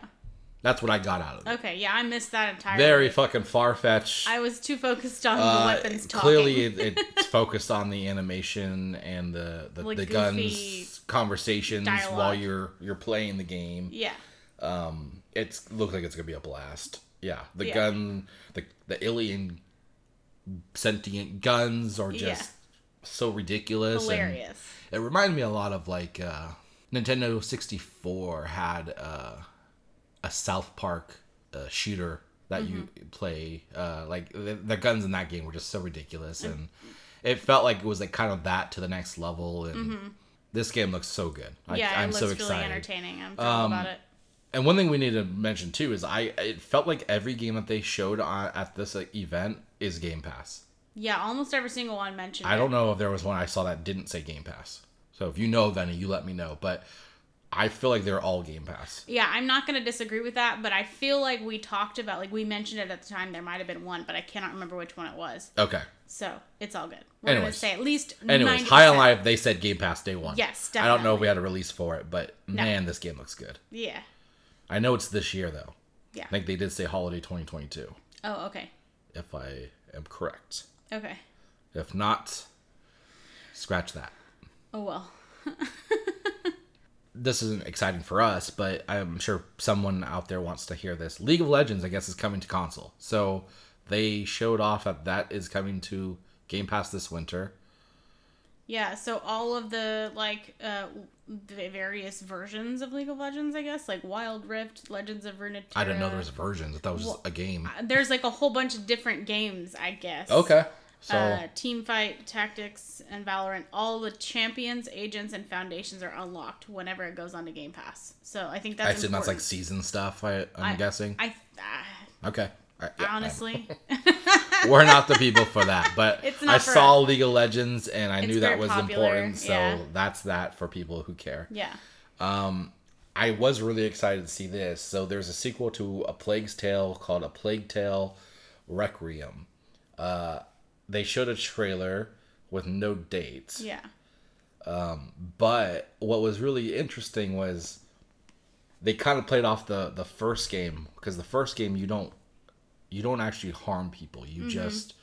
Speaker 1: That's what I got out of it.
Speaker 2: Okay. Yeah, I missed that entirely.
Speaker 1: Very fucking far fetched.
Speaker 2: I was too focused on
Speaker 1: Uh,
Speaker 2: the weapons talking.
Speaker 1: Clearly, it, it's focused on the animation and the the,
Speaker 2: Like
Speaker 1: the
Speaker 2: goofy
Speaker 1: guns conversations
Speaker 2: dialogue.
Speaker 1: while you're you're playing the game.
Speaker 2: yeah,
Speaker 1: Um, it's looks like it's gonna be a blast. Yeah, the
Speaker 2: Yeah.
Speaker 1: gun, the the alien sentient guns are just
Speaker 2: Yeah.
Speaker 1: so ridiculous. and
Speaker 2: hilarious.
Speaker 1: it reminded me a lot of like uh, Nintendo sixty four had uh, a South Park uh, shooter that you
Speaker 2: Mm-hmm.
Speaker 1: play. Uh, like the, the guns in that game were just so ridiculous,
Speaker 2: Mm.
Speaker 1: and it felt like it was like kind of that to the next level. And this game looks so good. I,
Speaker 2: Mm-hmm. yeah, it
Speaker 1: I'm
Speaker 2: looks
Speaker 1: so
Speaker 2: really
Speaker 1: excited. Um,
Speaker 2: entertaining. I'm thrilled about it.
Speaker 1: And one thing we need to mention too is I it felt like every game that they showed on, at this like, event is Game Pass.
Speaker 2: Yeah, almost every single one mentioned.
Speaker 1: I
Speaker 2: it.
Speaker 1: don't know if there was one I saw that didn't say Game Pass. So if you know of any, you let me know. But I feel like they're all Game Pass.
Speaker 2: Yeah, I'm not going to disagree with that, but I feel like we talked about, like we mentioned it at the time. There might have been one, but I cannot remember which one it was.
Speaker 1: Okay.
Speaker 2: So it's all good. We're going to
Speaker 1: Anyways.
Speaker 2: say at least.
Speaker 1: Anyways,
Speaker 2: 90%.
Speaker 1: High on Life, they said Game Pass day one.
Speaker 2: Yes,
Speaker 1: I don't know if
Speaker 2: definitely.
Speaker 1: we had a release for it, but man, this game looks good.
Speaker 2: Yeah,
Speaker 1: I know it's this year though.
Speaker 2: yeah.
Speaker 1: I think they did say holiday 2022,
Speaker 2: oh, okay,
Speaker 1: if I am correct.
Speaker 2: okay.
Speaker 1: If not, scratch that.
Speaker 2: Oh well.
Speaker 1: This isn't exciting for us, but I'm sure someone out there wants to hear this. League of Legends, I guess, is coming to console. So they showed off that that is coming to Game Pass this winter.
Speaker 2: Yeah, so all of the like uh the various versions of League of Legends, I guess, like Wild Rift, Legends of Runeterra.
Speaker 1: I didn't know there was versions. I thought it was just
Speaker 2: Well,
Speaker 1: a game.
Speaker 2: There's like a whole bunch of different games, I guess.
Speaker 1: Okay. So
Speaker 2: Uh, team fight tactics and Valorant. All the champions, agents, and foundations are unlocked whenever it goes on to Game Pass. So I think that's.
Speaker 1: I assume that's like
Speaker 2: important.
Speaker 1: season stuff. I, I'm
Speaker 2: I-
Speaker 1: guessing.
Speaker 2: I, I
Speaker 1: okay. I, yeah, I-
Speaker 2: honestly,
Speaker 1: we're not the people for that, but
Speaker 2: It's
Speaker 1: I
Speaker 2: not for
Speaker 1: saw League of Legends and I
Speaker 2: It's
Speaker 1: knew that
Speaker 2: very
Speaker 1: was
Speaker 2: popular,
Speaker 1: important. So
Speaker 2: yeah.
Speaker 1: that's that for people who care.
Speaker 2: yeah,
Speaker 1: I was really excited to see this. So there's a sequel to A Plague's Tale called A Plague Tale Requiem. Uh, they showed a trailer with no dates.
Speaker 2: yeah,
Speaker 1: But what was really interesting was they kind of played off the the first game because the first game you don't you don't actually harm people.
Speaker 2: Mm-hmm.
Speaker 1: You just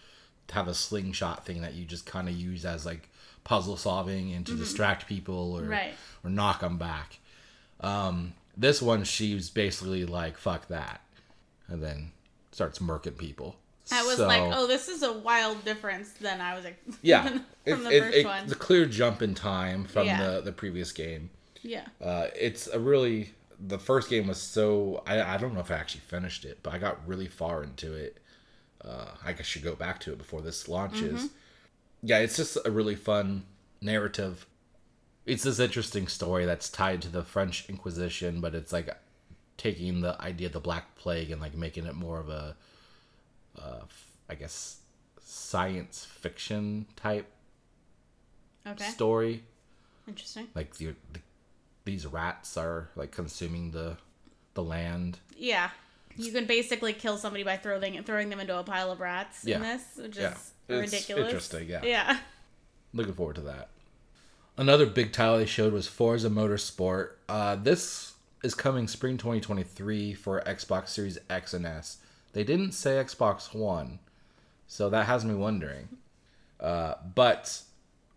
Speaker 1: have a slingshot thing that you just kind of use as like puzzle solving and to distract people or
Speaker 2: Mm-hmm. Right.
Speaker 1: or knock them back. Um, this one she's basically like fuck that, and then starts murking people.
Speaker 2: I was
Speaker 1: So-
Speaker 2: like, oh, this is a wild difference than I was like,
Speaker 1: yeah,
Speaker 2: from the,
Speaker 1: It-
Speaker 2: from the
Speaker 1: it-
Speaker 2: first
Speaker 1: it-
Speaker 2: one.
Speaker 1: It's a clear jump in time from
Speaker 2: Yeah.
Speaker 1: the the previous game.
Speaker 2: yeah,
Speaker 1: Uh, it's a really the first game was so I, I don't know if I actually finished it, but I got really far into it. Uh, I guess I should go back to it before this launches. Yeah, it's just a really fun narrative. It's this interesting story that's tied to the French Inquisition, but it's like taking the idea of the Black Plague and like making it more of a, uh, f- I guess, science fiction type
Speaker 2: Okay.
Speaker 1: story.
Speaker 2: Interesting.
Speaker 1: Like the, the, these rats are like consuming the the land.
Speaker 2: Yeah. You can basically kill somebody by throwing throwing them into a pile of rats
Speaker 1: Yeah.
Speaker 2: in this, which is
Speaker 1: Yeah. It's
Speaker 2: ridiculous.
Speaker 1: interesting, yeah.
Speaker 2: Yeah.
Speaker 1: Looking forward to that. Another big title they showed was Forza Motorsport. Uh, this is coming spring 2023 for Xbox Series X and S. They didn't say Xbox One, so that has me wondering. Uh, but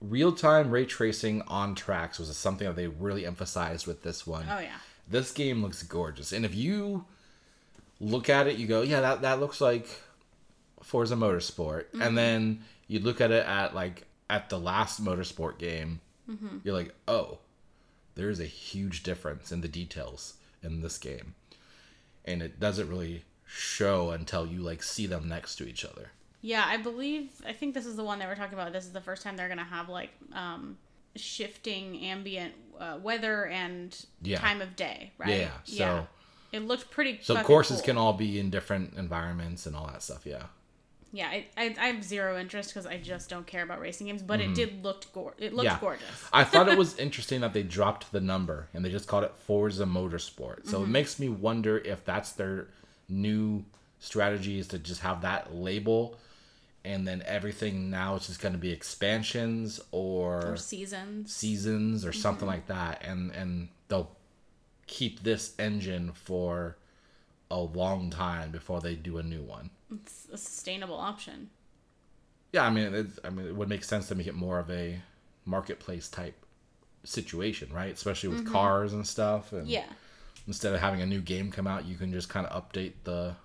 Speaker 1: real time ray tracing on tracks was something that they really emphasized with this one.
Speaker 2: Oh yeah.
Speaker 1: This game looks gorgeous. And if you look at it, you go, yeah, that, that looks like Forza Motorsport. And then you look at it at like at the last Motorsport game, you're like, oh, there is a huge difference in the details in this game. And it doesn't really show until you like see them next to each other.
Speaker 2: Yeah, I believe I think this is the one that we're talking about. This is the first time they're gonna have like um, shifting ambient uh, weather and
Speaker 1: Yeah.
Speaker 2: time of day, right?
Speaker 1: Yeah, yeah. So-
Speaker 2: it looked pretty.
Speaker 1: So
Speaker 2: fucking
Speaker 1: courses
Speaker 2: cool.
Speaker 1: can all be in different environments and all that stuff, yeah.
Speaker 2: Yeah, I, I, I have zero interest because I just don't care about racing games. But it did looked gor It looked
Speaker 1: Mm-hmm. Yeah.
Speaker 2: gorgeous.
Speaker 1: I thought it was interesting that they dropped the number and they just called it Forza Motorsport. So it makes me wonder if that's their new strategy is to just have that label and then everything now is just going to be expansions or
Speaker 2: Or seasons.
Speaker 1: seasons or something like that and and they'll keep this engine for a long time before they do a new one.
Speaker 2: It's a sustainable option.
Speaker 1: Yeah, I mean, it, I mean, it would make sense to make it more of a marketplace type situation, right? Especially with cars and stuff. And
Speaker 2: Mm-hmm. Yeah.
Speaker 1: Instead of having a new game come out, you can just kind of update the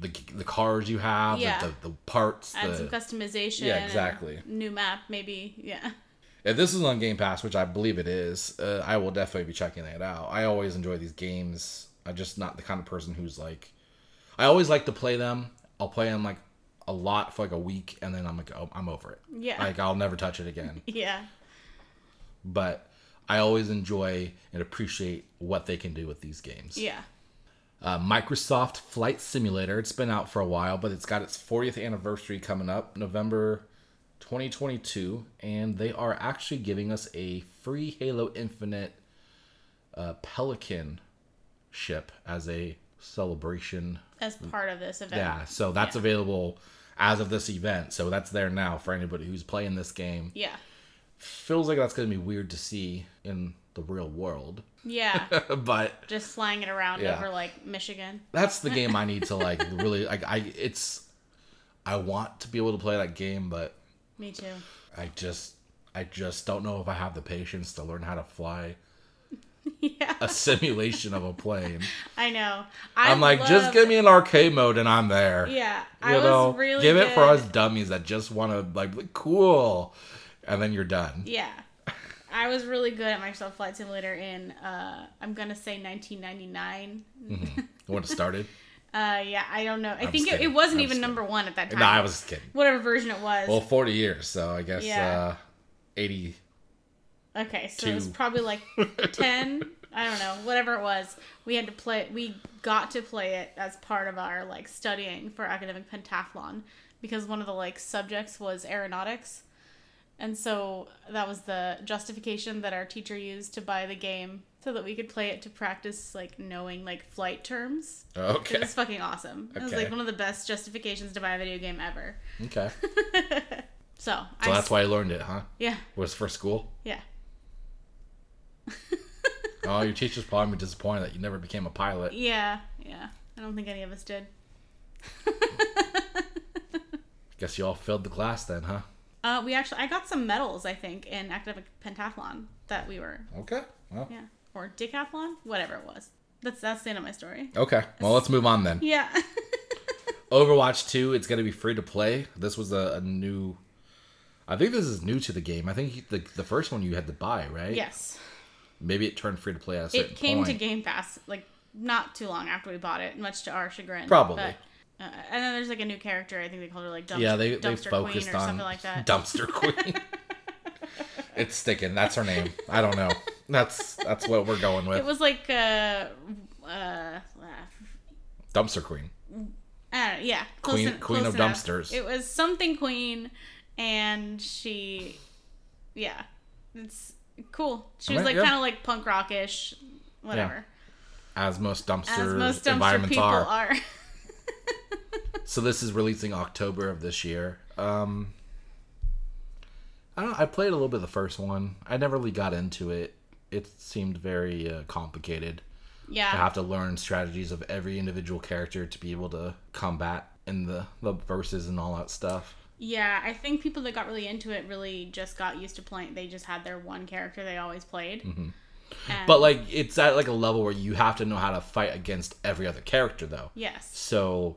Speaker 1: the the cars you have, the-
Speaker 2: Yeah.
Speaker 1: the, the, parts.
Speaker 2: Add
Speaker 1: the,
Speaker 2: some customization.
Speaker 1: Yeah,
Speaker 2: and
Speaker 1: exactly.
Speaker 2: New map, maybe. Yeah.
Speaker 1: if this is on Game Pass, which I believe it is, uh, I will definitely be checking it out. I always enjoy these games. I'm just not the kind of person who's like, I always like to play them. I'll play them like a lot for like a week, and then I'm like, oh, I'm over it.
Speaker 2: Yeah.
Speaker 1: Like I'll never touch it again.
Speaker 2: Yeah.
Speaker 1: but I always enjoy and appreciate what they can do with these games.
Speaker 2: Yeah.
Speaker 1: Uh, Microsoft Flight Simulator, it's been out for a while, but it's got its 40th anniversary coming up, November 2022, and they are actually giving us a free Halo Infinite uh, Pelican ship as a celebration.
Speaker 2: As
Speaker 1: Mm.
Speaker 2: part of this event.
Speaker 1: Yeah, so that's available as of this event. So that's there now for anybody who's playing this game.
Speaker 2: Yeah.
Speaker 1: Feels like that's going to be weird to see in the real world.
Speaker 2: Yeah.
Speaker 1: but
Speaker 2: just flying it around
Speaker 1: Yeah.
Speaker 2: over like Michigan.
Speaker 1: that's the game I need to like really like I it's I want to be able to play that game, but
Speaker 2: Me too.
Speaker 1: I just I just don't know if I have the patience to learn how to fly
Speaker 2: Yeah,
Speaker 1: a simulation of a plane.
Speaker 2: I know. I
Speaker 1: I'm like, just
Speaker 2: love-
Speaker 1: give me an arcade mode and I'm there.
Speaker 2: Yeah,
Speaker 1: You
Speaker 2: I was
Speaker 1: know,
Speaker 2: really
Speaker 1: give it for
Speaker 2: good-
Speaker 1: us dummies that just want to like cool, and then you're done.
Speaker 2: Yeah, I was really good at Microsoft Flight Simulator in uh, I'm gonna say 1999.
Speaker 1: When it started,
Speaker 2: Uh, yeah, I don't know. I
Speaker 1: just
Speaker 2: think it,
Speaker 1: kidding.
Speaker 2: it wasn't
Speaker 1: I'm
Speaker 2: even
Speaker 1: just
Speaker 2: number one at that time.
Speaker 1: no, I was kidding.
Speaker 2: whatever version it was.
Speaker 1: Well, 40 years, so I guess
Speaker 2: Yeah.
Speaker 1: uh, 80.
Speaker 2: okay, so it was
Speaker 1: two.
Speaker 2: probably like 10. I don't know, whatever it was. We had to play. We got to play it as part of our like studying for academic pentathlon because one of the like subjects was aeronautics. And so that was the justification that our teacher used to buy the game so that we could play it to practice like knowing like flight terms. It
Speaker 1: oh, Okay.
Speaker 2: was fucking awesome. It was
Speaker 1: Okay.
Speaker 2: like one of the best justifications to buy a video game ever.
Speaker 1: Okay.
Speaker 2: So,
Speaker 1: So that's
Speaker 2: s-
Speaker 1: why I learned it, huh?
Speaker 2: yeah,
Speaker 1: Was for school.
Speaker 2: yeah.
Speaker 1: Oh, your teacher's probably disappointed that you never became a pilot.
Speaker 2: Yeah, yeah. I don't think any of us did.
Speaker 1: Guess you all failed the class then, huh?
Speaker 2: uh, we actually, I got some medals, I think, in academic pentathlon that we were,
Speaker 1: Okay. Well.
Speaker 2: yeah, or decathlon, whatever it was. That's that's the end of my story.
Speaker 1: Okay. Well, let's move on then.
Speaker 2: Yeah,
Speaker 1: Overwatch 2, it's going to be free to play. This was a, a new. I think this is new to the game. I think you- the, the first one you had to buy, right?
Speaker 2: yes.
Speaker 1: Maybe it turned free to play at a certain
Speaker 2: It came
Speaker 1: point.
Speaker 2: to Game Pass like not too long after we bought it, much to our chagrin.
Speaker 1: Probably.
Speaker 2: but, uh, and then there's like a new character. I think they called her like dumpster,
Speaker 1: yeah, they, they
Speaker 2: dumpster
Speaker 1: focused
Speaker 2: queen or
Speaker 1: on
Speaker 2: something like that.
Speaker 1: Dumpster Queen. It's sticking. That's her name. I don't know. That's that's what we're going
Speaker 2: It
Speaker 1: with.
Speaker 2: was like uh, uh,
Speaker 1: Dumpster Queen.
Speaker 2: I don't know, Uh, yeah,
Speaker 1: Queen-
Speaker 2: en-
Speaker 1: queen of
Speaker 2: enough.
Speaker 1: dumpsters.
Speaker 2: It was something queen, and she, yeah, it's cool. She was
Speaker 1: Alright,
Speaker 2: like
Speaker 1: yeah.
Speaker 2: kind of like punk rockish, whatever.
Speaker 1: As most dumpster,
Speaker 2: As most dumpster
Speaker 1: environments
Speaker 2: people
Speaker 1: are.
Speaker 2: are.
Speaker 1: So this is releasing October of this year. Um I don't I played a little bit of the first one. I never really got into it. It seemed very uh, complicated. I
Speaker 2: yeah,
Speaker 1: have to learn strategies of every individual character to be able to combat in the the verses and all that stuff.
Speaker 2: yeah. I think people that got really into it really just got used to playing. They just had their one character they always played. And-
Speaker 1: Mm-hmm. But like it's at like a level where you have to know how to fight against every other character though.
Speaker 2: yes,
Speaker 1: So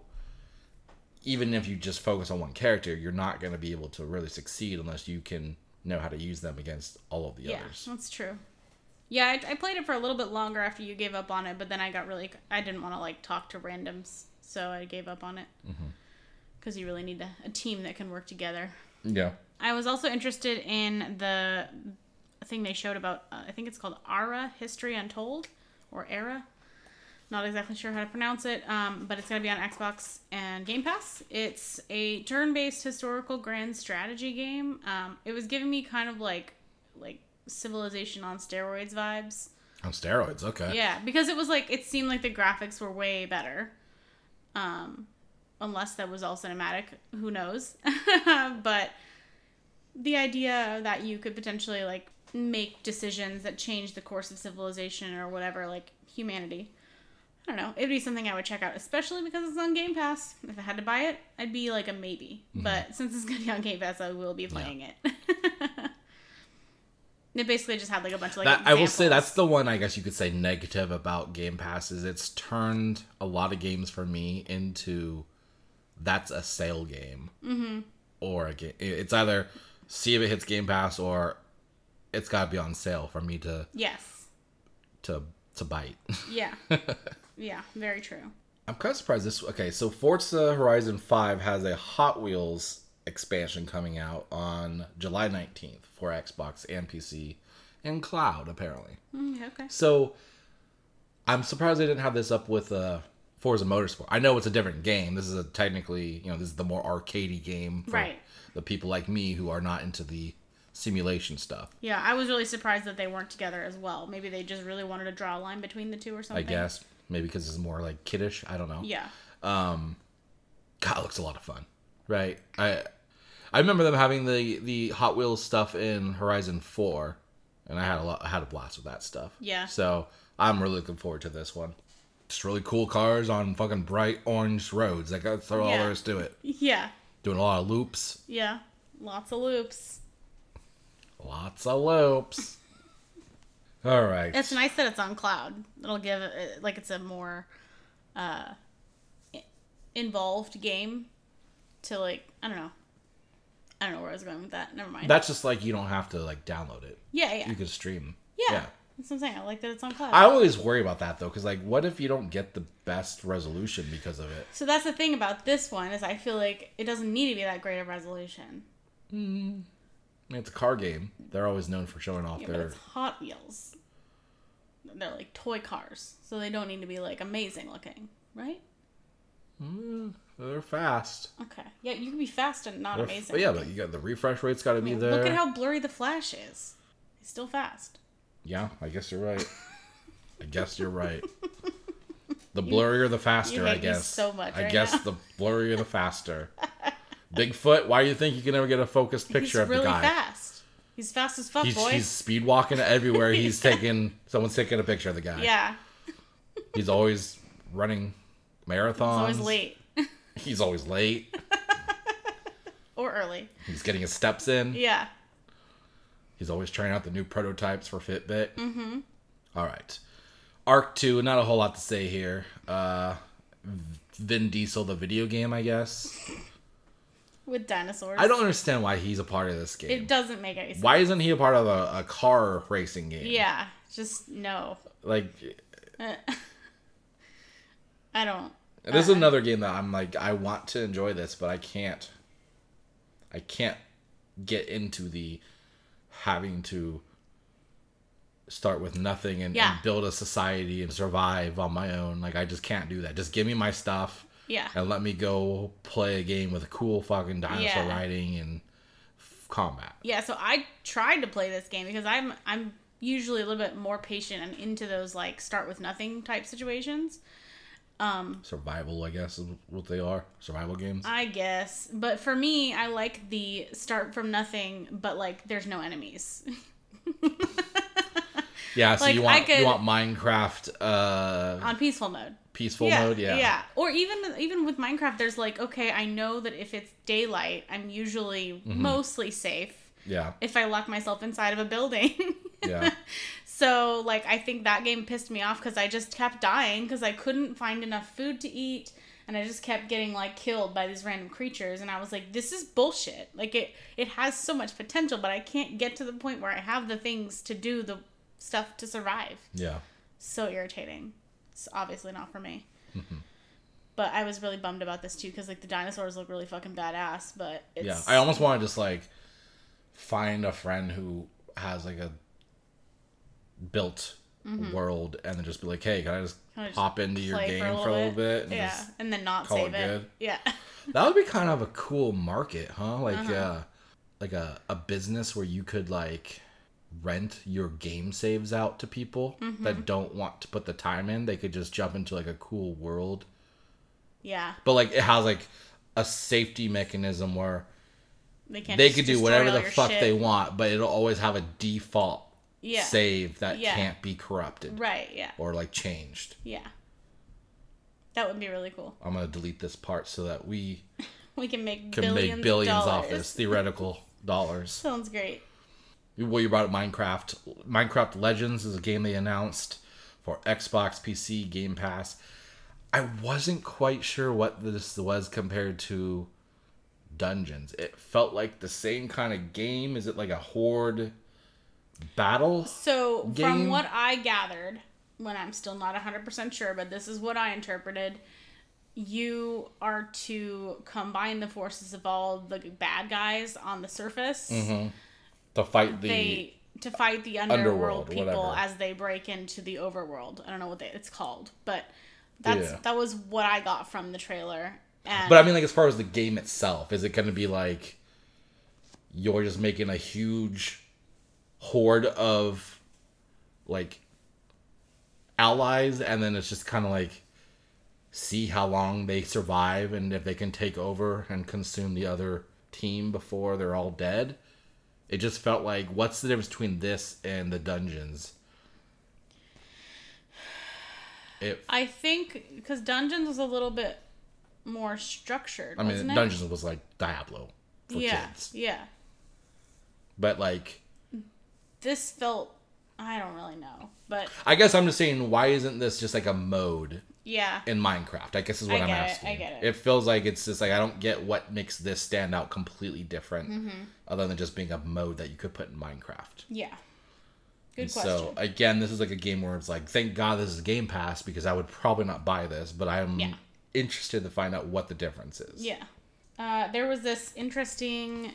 Speaker 1: even if you just focus on one character, you're not going to be able to really succeed unless you can know how to use them against all of the
Speaker 2: yeah,
Speaker 1: others.
Speaker 2: that's true. Yeah, I, I played it for a little bit longer after you gave up on it, but then I got really I didn't want to like talk to randoms, so I gave up on it.
Speaker 1: Mm-hmm.
Speaker 2: Because you really need a, a team that can work together.
Speaker 1: Yeah.
Speaker 2: I was also interested in the thing they showed about, uh, I think it's called Ara History Untold or Era. Not exactly sure how to pronounce it, um, but it's going to be on Xbox and Game Pass. It's a turn based historical grand strategy game. Um, it was giving me kind of like like civilization on steroids vibes.
Speaker 1: On steroids, okay.
Speaker 2: Yeah, because it was like it seemed like the graphics were way better. Um unless that was all cinematic, who knows. but the idea that you could potentially like make decisions that change the course of civilization or whatever, like humanity. I don't know. It'd be something I would check out, especially because it's on Game Pass. If I had to buy it, I'd be like a maybe.
Speaker 1: Mm-hmm.
Speaker 2: But since it's gonna be on Game Pass, I will be playing it. it basically just had like a bunch of like.
Speaker 1: That, I will say
Speaker 2: examples.
Speaker 1: that's the one I guess you could say negative about Game Pass is it's turned a lot of games for me into that's a sale game mm-hmm. or a game. It's either see if it hits Game Pass or it's got to be on sale for me to
Speaker 2: yes.
Speaker 1: to to bite.
Speaker 2: Yeah. yeah, very true.
Speaker 1: I'm kind of surprised this. Okay, so Forza Horizon 5 has a Hot Wheels expansion coming out on July 19th for Xbox and PC and cloud, apparently.
Speaker 2: Mm, okay.
Speaker 1: So I'm surprised they didn't have this up with uh, Forza Motorsport. I know it's a different game. This is a technically, you know, this is the more arcadey game for
Speaker 2: Right.
Speaker 1: the people like me who are not into the simulation stuff.
Speaker 2: Yeah, I was really surprised that they weren't together as well. Maybe they just really wanted to draw a line between the two or
Speaker 1: I
Speaker 2: something.
Speaker 1: guess maybe because it's more like kiddish. I don't know.
Speaker 2: Yeah.
Speaker 1: God, it looks a lot of fun, right? I I remember them having the the Hot Wheels stuff in Horizon Four, and I had a lot, I had a blast with that stuff.
Speaker 2: Yeah.
Speaker 1: So I'm really looking forward to this one. Just really cool cars on fucking bright orange roads. Like that's all
Speaker 2: Yeah.
Speaker 1: there is to it.
Speaker 2: Yeah.
Speaker 1: Doing a lot of loops,
Speaker 2: Yeah. Lots of loops.
Speaker 1: lots of loops. all right.
Speaker 2: It's nice that it's on cloud. It'll give it, like it's a more uh i- involved game to like I don't know. I don't know where I was going with that. Never mind.
Speaker 1: That's just like you don't have to like download it.
Speaker 2: yeah, yeah.
Speaker 1: You can stream.
Speaker 2: yeah. That's what I'm saying. I like that it's on cloud.
Speaker 1: I always worry about that though, because like, what if you don't get the best resolution because of it?
Speaker 2: So that's the thing about this one is I feel like it doesn't need to be that great of resolution.
Speaker 1: I mean, it's a car game. They're always known for showing off
Speaker 2: Yeah, but
Speaker 1: their.
Speaker 2: it's Hot Wheels. They're like toy cars, so they don't need to be like amazing looking, right?
Speaker 1: They're fast.
Speaker 2: Okay. Yeah, you can be fast and not
Speaker 1: They're f-
Speaker 2: amazing.
Speaker 1: but yeah, but you got the refresh rate's got to be there.
Speaker 2: Look at how blurry the Flash is. He's still fast.
Speaker 1: yeah, I guess you're right. I guess you're right. The blurrier, the faster. I
Speaker 2: hate me
Speaker 1: guess.
Speaker 2: so much
Speaker 1: I
Speaker 2: right
Speaker 1: guess
Speaker 2: now.
Speaker 1: the blurrier, the faster. Bigfoot, why do you think you can never get a focused picture
Speaker 2: He's
Speaker 1: of
Speaker 2: really
Speaker 1: the guy?
Speaker 2: fast. He's fast as fuck,
Speaker 1: He's,
Speaker 2: boy.
Speaker 1: he's speed walking everywhere. He's taking someone's taking a picture of the guy.
Speaker 2: yeah.
Speaker 1: He's always running
Speaker 2: He's
Speaker 1: marathons.
Speaker 2: always late
Speaker 1: He's always late.
Speaker 2: or early.
Speaker 1: He's getting his steps in.
Speaker 2: Yeah.
Speaker 1: He's always trying out the new prototypes for Fitbit. Mm-hmm. All right. Arc 2, not a whole lot to say here. Uh, Vin Diesel, the video game, I guess.
Speaker 2: With dinosaurs.
Speaker 1: I don't understand why he's a part of this
Speaker 2: It
Speaker 1: game.
Speaker 2: doesn't make any sense.
Speaker 1: Why isn't he a part of a, a car racing game?
Speaker 2: Yeah. Just no.
Speaker 1: Like,
Speaker 2: I don't.
Speaker 1: this is
Speaker 2: Uh-huh.
Speaker 1: another game that I'm like, I want to enjoy this, but I can't. I can't get into the having to start with nothing and,
Speaker 2: Yeah.
Speaker 1: and build a society and survive on my own. Like I just can't do that. Just give me my stuff
Speaker 2: Yeah.
Speaker 1: and let me go play a game with cool fucking dinosaur
Speaker 2: Yeah.
Speaker 1: riding and f- combat.
Speaker 2: Yeah, so I tried to play this game because I'm I'm usually a little bit more patient and into those like start with nothing type situations. Mm.
Speaker 1: Survival, I guess, is what they are. Survival games.
Speaker 2: I guess, but for me, I like the start from nothing, but like there's no enemies.
Speaker 1: yeah, so
Speaker 2: like,
Speaker 1: you
Speaker 2: I
Speaker 1: want
Speaker 2: could-
Speaker 1: you want Minecraft uh
Speaker 2: on peaceful mode.
Speaker 1: peaceful mode, yeah.
Speaker 2: Yeah. Or even even with Minecraft, there's like, okay, I know that if it's daylight, I'm usually
Speaker 1: Mm-hmm.
Speaker 2: mostly safe
Speaker 1: Yeah.
Speaker 2: if I lock myself inside of a building.
Speaker 1: Yeah.
Speaker 2: so like I think that game pissed me off because I just kept dying because I couldn't find enough food to eat and I just kept getting like killed by these random creatures and I was like, this is bullshit. Like it it has so much potential, but I can't get to the point where I have the things to do the stuff to survive
Speaker 1: yeah.
Speaker 2: so irritating. It's obviously not for me.
Speaker 1: Mm-hmm.
Speaker 2: but I was really bummed about this too because like the dinosaurs look really fucking badass, but it's
Speaker 1: Yeah, I almost want to just like find a friend who has like a built world and then just be like, hey, can I just
Speaker 2: Mm-hmm. Can I just
Speaker 1: hop into your game for a little, bit? and
Speaker 2: yeah,
Speaker 1: just-
Speaker 2: and then not
Speaker 1: call
Speaker 2: save
Speaker 1: it
Speaker 2: it.
Speaker 1: good.
Speaker 2: Yeah, Uh-huh.
Speaker 1: that would be kind of a cool market, huh? Like uh, like a, a business where you could like rent your game saves out to people
Speaker 2: Mm-hmm.
Speaker 1: that don't want to put the time in. They could just jump into like a cool world
Speaker 2: yeah.
Speaker 1: but like it has like a safety mechanism where
Speaker 2: They can't.
Speaker 1: they
Speaker 2: just
Speaker 1: could do
Speaker 2: destroy
Speaker 1: whatever
Speaker 2: all
Speaker 1: the
Speaker 2: your
Speaker 1: fuck
Speaker 2: shit.
Speaker 1: they want, but it'll always have a default
Speaker 2: Yeah.
Speaker 1: save that
Speaker 2: Yeah.
Speaker 1: can't be corrupted
Speaker 2: Right. Yeah.
Speaker 1: or like changed.
Speaker 2: Yeah. That would be really cool.
Speaker 1: I'm gonna delete this part so that we
Speaker 2: We can make
Speaker 1: can
Speaker 2: billions,
Speaker 1: make billions
Speaker 2: of
Speaker 1: off
Speaker 2: dollars.
Speaker 1: this theoretical dollars.
Speaker 2: Sounds great.
Speaker 1: Well, you brought up Minecraft. Minecraft Legends is a game they announced for Xbox, PC, Game Pass. I wasn't quite sure what this was compared to Dungeons. It felt like the same kind of game. Is it like a horde battle?
Speaker 2: So,
Speaker 1: game?
Speaker 2: from what I gathered, when I'm still not 100% sure, but this is what I interpreted, you are to combine the forces of all the bad guys on the surface.
Speaker 1: Mm-hmm. to fight the
Speaker 2: They to fight the
Speaker 1: Underworld,
Speaker 2: underworld, people
Speaker 1: whatever.
Speaker 2: as they break into the overworld. I don't know what they, it's called, but that's
Speaker 1: Yeah.
Speaker 2: that was what I got from the trailer. And
Speaker 1: but i mean like as far as the game itself is it going to be like you're just making a huge horde of like allies and then it's just kind of like see how long they survive and if they can take over and consume the other team before they're all dead it just felt like what's the difference between this and the dungeons it
Speaker 2: I think because Dungeons was a little bit more structured.
Speaker 1: I mean,
Speaker 2: wasn't it?
Speaker 1: Dungeons was like Diablo for
Speaker 2: yeah,
Speaker 1: kids,
Speaker 2: yeah.
Speaker 1: but like,
Speaker 2: this felt I don't really know, but
Speaker 1: I guess I'm just saying, why isn't this just like a mode
Speaker 2: yeah,
Speaker 1: in Minecraft? I guess is what
Speaker 2: I
Speaker 1: I'm
Speaker 2: get it,
Speaker 1: asking.
Speaker 2: I get it.
Speaker 1: feels like it's just like I don't get what makes this stand out completely different,
Speaker 2: Mm-hmm.
Speaker 1: other than just being a mode that you could put in Minecraft.
Speaker 2: yeah. Good question.
Speaker 1: So again, this is like a game where it's like, thank God this is Game Pass because I would probably not buy this, but I'm
Speaker 2: Yeah.
Speaker 1: interested to find out what the difference is.
Speaker 2: yeah, uh, there was this interesting.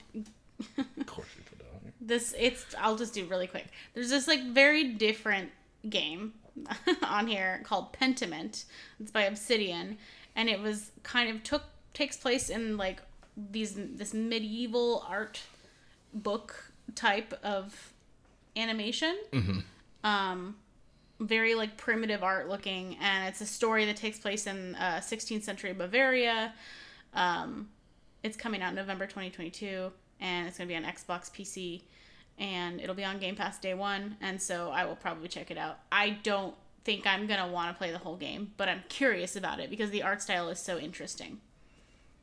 Speaker 1: of course you put it on here.
Speaker 2: This it's I'll just do really quick. There's this like very different game on here called Pentiment. It's by Obsidian, and it was kind of took takes place in like these this medieval art book type of animation. Um, very like primitive art looking and it's a story that takes place in uh, 16th century bavaria um, it's coming out november 2022 and it's going to be on xbox pc and it'll be on game pass day one and so i will probably check it out i don't think i'm going to want to play the whole game but i'm curious about it because the art style is so interesting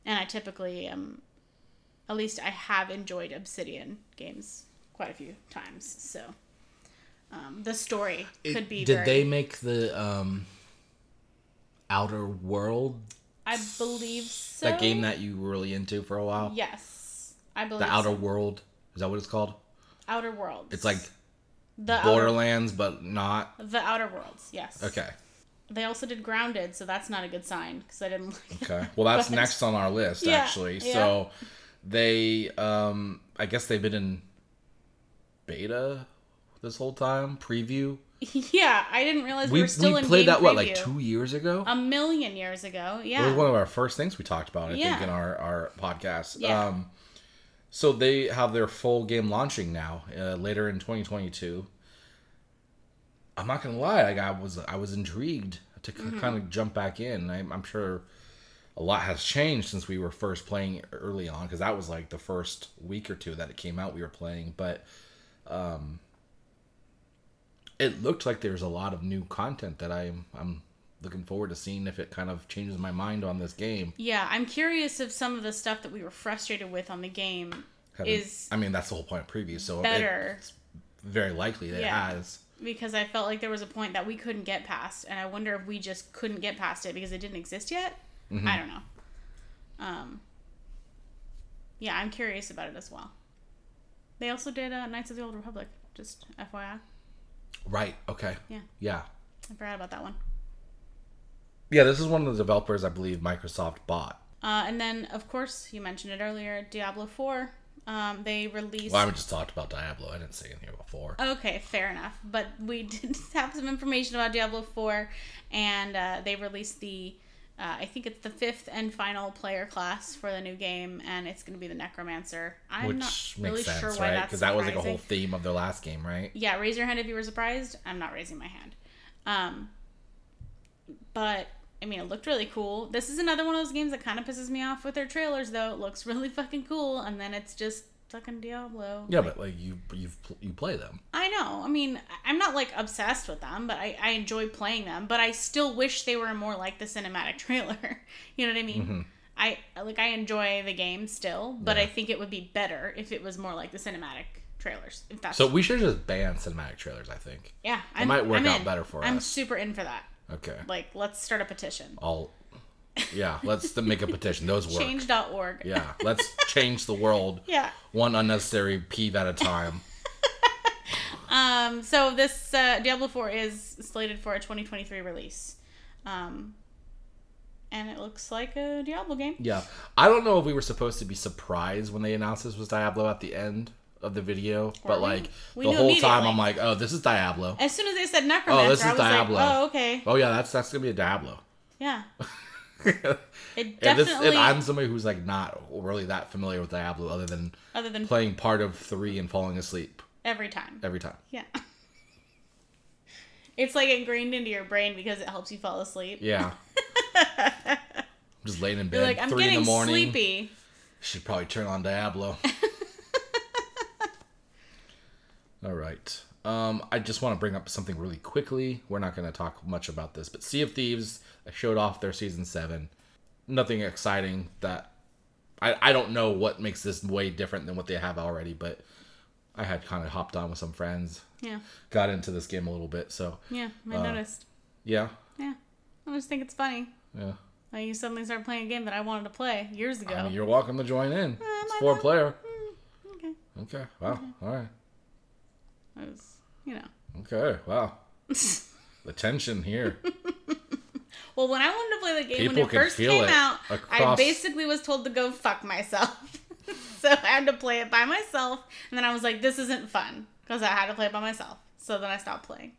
Speaker 2: and i typically um at least i have enjoyed obsidian games quite a few times so um, the story could be
Speaker 1: Did
Speaker 2: very
Speaker 1: they make the um, Outer World
Speaker 2: I believe so.
Speaker 1: that game that you were really into for a while?
Speaker 2: Yes, I believe
Speaker 1: The Outer
Speaker 2: outer
Speaker 1: World. Is that what it's called?
Speaker 2: outer worlds.
Speaker 1: It's like
Speaker 2: the
Speaker 1: Borderlands, but not.
Speaker 2: outer, the outer worlds. Yes.
Speaker 1: Okay.
Speaker 2: They also did grounded, so that's not a good sign because I didn't like.
Speaker 1: Okay. Well, that's
Speaker 2: But-
Speaker 1: next on our list,
Speaker 2: Yeah,
Speaker 1: actually. So they, um, I guess they've been in beta this whole time preview.
Speaker 2: yeah, I didn't realize we,
Speaker 1: We
Speaker 2: were still
Speaker 1: we
Speaker 2: in
Speaker 1: played
Speaker 2: game
Speaker 1: that what
Speaker 2: preview.
Speaker 1: like two years ago.
Speaker 2: a million years ago.
Speaker 1: It
Speaker 2: Yeah.
Speaker 1: was one of our first things we talked about, I think,
Speaker 2: Yeah.
Speaker 1: in our, our podcast.
Speaker 2: Yeah.
Speaker 1: Um, so they have their full game launching now, uh, later in 2022. I'm not gonna lie, like, I was I was intrigued to kind of jump back in. I, I'm sure a lot has changed since we were first playing early on, because that was like the first week or two that it came out. We were playing, but um, it looked like there's a lot of new content that I'm I'm looking forward to seeing if it kind of changes my mind on this game.
Speaker 2: yeah, I'm curious if some of the stuff that we were frustrated with on the game
Speaker 1: Having-
Speaker 2: is
Speaker 1: I mean that's the whole point of previews, so
Speaker 2: better.
Speaker 1: it's very likely that
Speaker 2: Yeah.
Speaker 1: it has.
Speaker 2: because I felt like there was a point that we couldn't get past, and I wonder if we just couldn't get past it because it didn't exist yet.
Speaker 1: Mm-hmm.
Speaker 2: I don't know. Um, yeah, I'm curious about it as well. They also did uh, Knights of the Old Republic, just FYI.
Speaker 1: Right. Okay.
Speaker 2: Yeah.
Speaker 1: Yeah.
Speaker 2: I forgot about that one.
Speaker 1: Yeah, this is one of the developers I believe Microsoft bought.
Speaker 2: Uh, and then, of course, you mentioned it earlier Diablo 4. Um, they released.
Speaker 1: Well, I just talked about Diablo. I didn't say anything before.
Speaker 2: Okay, fair enough. But we did have some information about Diablo 4, and uh, they released the, uh, I think it's the fifth and final player class for the new game, and it's going to be the Necromancer. I'm
Speaker 1: Which
Speaker 2: not
Speaker 1: makes
Speaker 2: really
Speaker 1: sense,
Speaker 2: sure why
Speaker 1: right?
Speaker 2: that's
Speaker 1: Because that was like a
Speaker 2: surprising.
Speaker 1: whole theme of their last game, right?
Speaker 2: Yeah, raise your hand if you were surprised. I'm not raising my hand. Um, but I mean, it looked really cool. This is another one of those games that kind of pisses me off with their trailers, though. It looks really fucking cool, and then it's just fucking Diablo.
Speaker 1: Yeah, but like you you've pl- you play them.
Speaker 2: I know. I mean, I- I'm not like obsessed with them, but I, I enjoy playing them. But I still wish they were more like the cinematic trailer. you know what I mean? I like I enjoy the game still, but I
Speaker 1: Mm-hmm. Yeah.
Speaker 2: think it would be better if it was more like the cinematic trailers. If that's
Speaker 1: So we should just ban cinematic trailers, I think.
Speaker 2: yeah, I
Speaker 1: might work out better for
Speaker 2: I'm
Speaker 1: us.
Speaker 2: super in for that.
Speaker 1: Okay.
Speaker 2: Like, let's start a petition.
Speaker 1: I'll Yeah, let's th- make a petition. Those work.
Speaker 2: Change.org.
Speaker 1: Yeah, let's change the world
Speaker 2: Yeah.
Speaker 1: one unnecessary peeve at a time.
Speaker 2: Um, so this uh, Diablo 4 is slated for a 2023 release. Um, and it looks like a Diablo game.
Speaker 1: Yeah. I don't know if we were supposed to be surprised when they announced this was Diablo at the end of the video, but
Speaker 2: we?
Speaker 1: like
Speaker 2: We
Speaker 1: the
Speaker 2: knew
Speaker 1: whole time I'm like, oh, this is Diablo.
Speaker 2: As soon as they said Necromancer,
Speaker 1: Oh, this is
Speaker 2: I was
Speaker 1: Diablo.
Speaker 2: like, oh, okay.
Speaker 1: Oh yeah, that's that's gonna be a Diablo.
Speaker 2: Yeah. It
Speaker 1: And, this,
Speaker 2: definitely,
Speaker 1: and I'm somebody who's like not really that familiar with Diablo other than
Speaker 2: other than
Speaker 1: playing part of three and falling asleep
Speaker 2: every time.
Speaker 1: every time.
Speaker 2: Yeah. It's like ingrained into your brain because it helps you fall asleep.
Speaker 1: Yeah. Just laying in bed
Speaker 2: You're like, I'm
Speaker 1: three in
Speaker 2: getting
Speaker 1: the morning.
Speaker 2: sleepy.
Speaker 1: Should probably turn on Diablo. All right. Um, I just want to bring up something really quickly. We're not going to talk much about this, but Sea of Thieves showed off their season seven. Nothing exciting that I, I don't know what makes this way different than what they have already, but I had kind of hopped on with some friends,
Speaker 2: Yeah.
Speaker 1: got into this game a little bit. So,
Speaker 2: Yeah. I noticed.
Speaker 1: yeah.
Speaker 2: Yeah. I just think it's funny.
Speaker 1: Yeah.
Speaker 2: Like you suddenly start playing a game that I wanted to play years ago.
Speaker 1: I mean, you're welcome to join in. It's
Speaker 2: might
Speaker 1: four
Speaker 2: not. Mm,
Speaker 1: player.
Speaker 2: okay.
Speaker 1: Okay. Wow. All right.
Speaker 2: I was, you know.
Speaker 1: Okay. Wow. The tension here.
Speaker 2: well, when I wanted to play the game when
Speaker 1: People
Speaker 2: it
Speaker 1: can
Speaker 2: first
Speaker 1: feel
Speaker 2: came
Speaker 1: it
Speaker 2: out, I
Speaker 1: across-
Speaker 2: basically was told to go fuck myself. so I had to play it by myself, and then I was like, this isn't fun because I had to play it by myself. So then I stopped playing.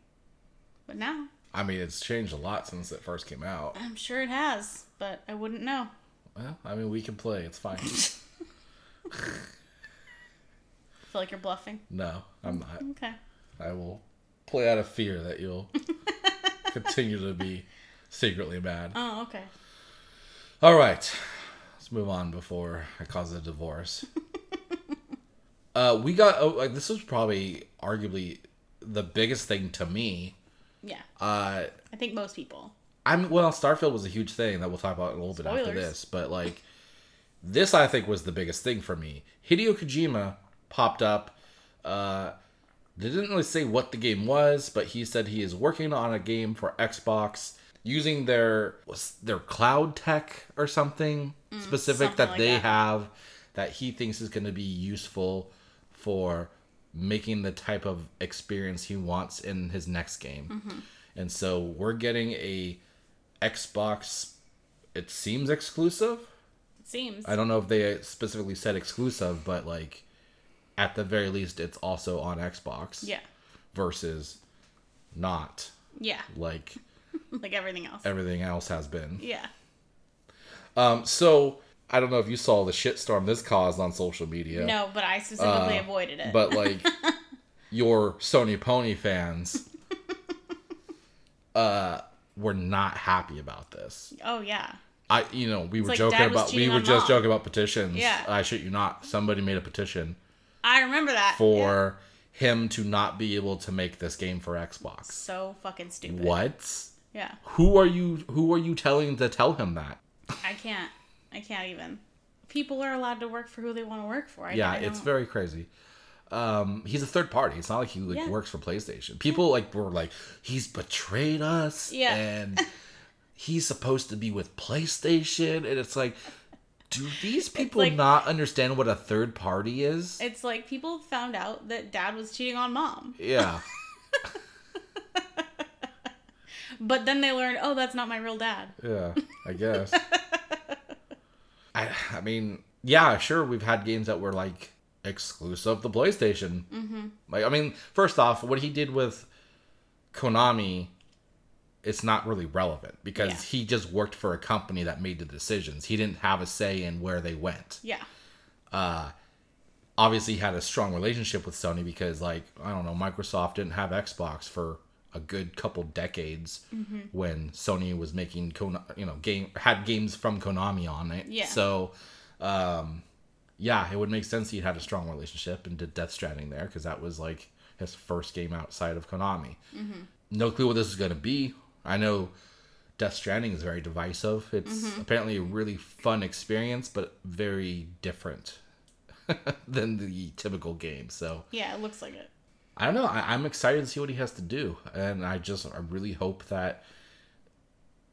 Speaker 2: But now,
Speaker 1: I mean, it's changed a lot since it first came out.
Speaker 2: I'm sure it has, but I wouldn't know.
Speaker 1: Well, I mean, we can play. It's fine.
Speaker 2: I feel like you're bluffing.
Speaker 1: No, I'm not.
Speaker 2: Okay.
Speaker 1: I will play out of fear that you'll continue to be secretly mad.
Speaker 2: Oh, okay.
Speaker 1: All right, let's move on before I cause a divorce. uh, we got oh, like this was probably arguably the biggest thing to me.
Speaker 2: Yeah.
Speaker 1: Uh,
Speaker 2: I think most people.
Speaker 1: I'm well, Starfield was a huge thing that we'll talk about in a little bit after
Speaker 2: Spoilers.
Speaker 1: this, but like this I think was the biggest thing for me. Hideo Kojima popped up uh they didn't really say what the game was, but he said he is working on a game for Xbox using their was their cloud tech or something specific
Speaker 2: Mm, something
Speaker 1: that
Speaker 2: like
Speaker 1: they
Speaker 2: that.
Speaker 1: have that he thinks is going to be useful for making the type of experience he wants in his next game.
Speaker 2: Mm-hmm.
Speaker 1: And so we're getting a Xbox it seems exclusive.
Speaker 2: It seems.
Speaker 1: I don't know if they specifically said exclusive, but like at the very least, it's also on Xbox
Speaker 2: Yeah.
Speaker 1: versus not
Speaker 2: Yeah.
Speaker 1: like
Speaker 2: Like everything else.
Speaker 1: everything else has been.
Speaker 2: Yeah.
Speaker 1: Um, so I don't know if you saw the shitstorm this caused on social media.
Speaker 2: No, but I specifically
Speaker 1: Uh,
Speaker 2: avoided it.
Speaker 1: But like your Sony Pony fans uh were not happy about this.
Speaker 2: oh yeah.
Speaker 1: I you know, we were
Speaker 2: like
Speaker 1: joking
Speaker 2: dad was
Speaker 1: about we
Speaker 2: cheating
Speaker 1: were
Speaker 2: on
Speaker 1: just
Speaker 2: mom.
Speaker 1: joking about petitions.
Speaker 2: Yeah.
Speaker 1: I shit you not. Somebody made a petition
Speaker 2: I remember that. Yeah.
Speaker 1: for him to not be able to make this game for Xbox.
Speaker 2: so fucking stupid.
Speaker 1: What?
Speaker 2: Yeah.
Speaker 1: Who are you who are you telling to tell him that?
Speaker 2: I can't. I can't even. People are allowed to work for who they want to work for. I,
Speaker 1: yeah,
Speaker 2: I
Speaker 1: it's
Speaker 2: don't-
Speaker 1: very crazy. Um, he's a third party. It's not like he like
Speaker 2: Yeah.
Speaker 1: works for PlayStation. People like were like, he's betrayed us,
Speaker 2: Yeah.
Speaker 1: and he's supposed to be with PlayStation, and it's like, do these people
Speaker 2: like-
Speaker 1: not understand what a third party is?
Speaker 2: It's like people found out that dad was cheating on mom,
Speaker 1: yeah,
Speaker 2: but then they learned, oh, that's not my real dad.
Speaker 1: yeah, I guess. I, I mean, yeah, sure, we've had games that were like exclusive to PlayStation. Mm-hmm. Like, I mean, first off, what he did with Konami, it's not really relevant because
Speaker 2: Yeah.
Speaker 1: he just worked for a company that made the decisions. He didn't have a say in where they went.
Speaker 2: Yeah.
Speaker 1: Obviously, he had a strong relationship with Sony because, like, I don't know, Microsoft didn't have Xbox for a good couple decades when Sony was making, Kona- you know, game had games from Konami on it.
Speaker 2: Yeah.
Speaker 1: So, um, yeah, it would make sense he had a strong relationship and did Death Stranding there because that was like his first game outside of Konami. No clue what this is going to be. I know Death Stranding is very divisive. It's apparently a really fun experience, but very different than the typical game. So
Speaker 2: Yeah. It looks like it.
Speaker 1: I don't know. I, I'm excited to see what he has to do, and I just I really hope that.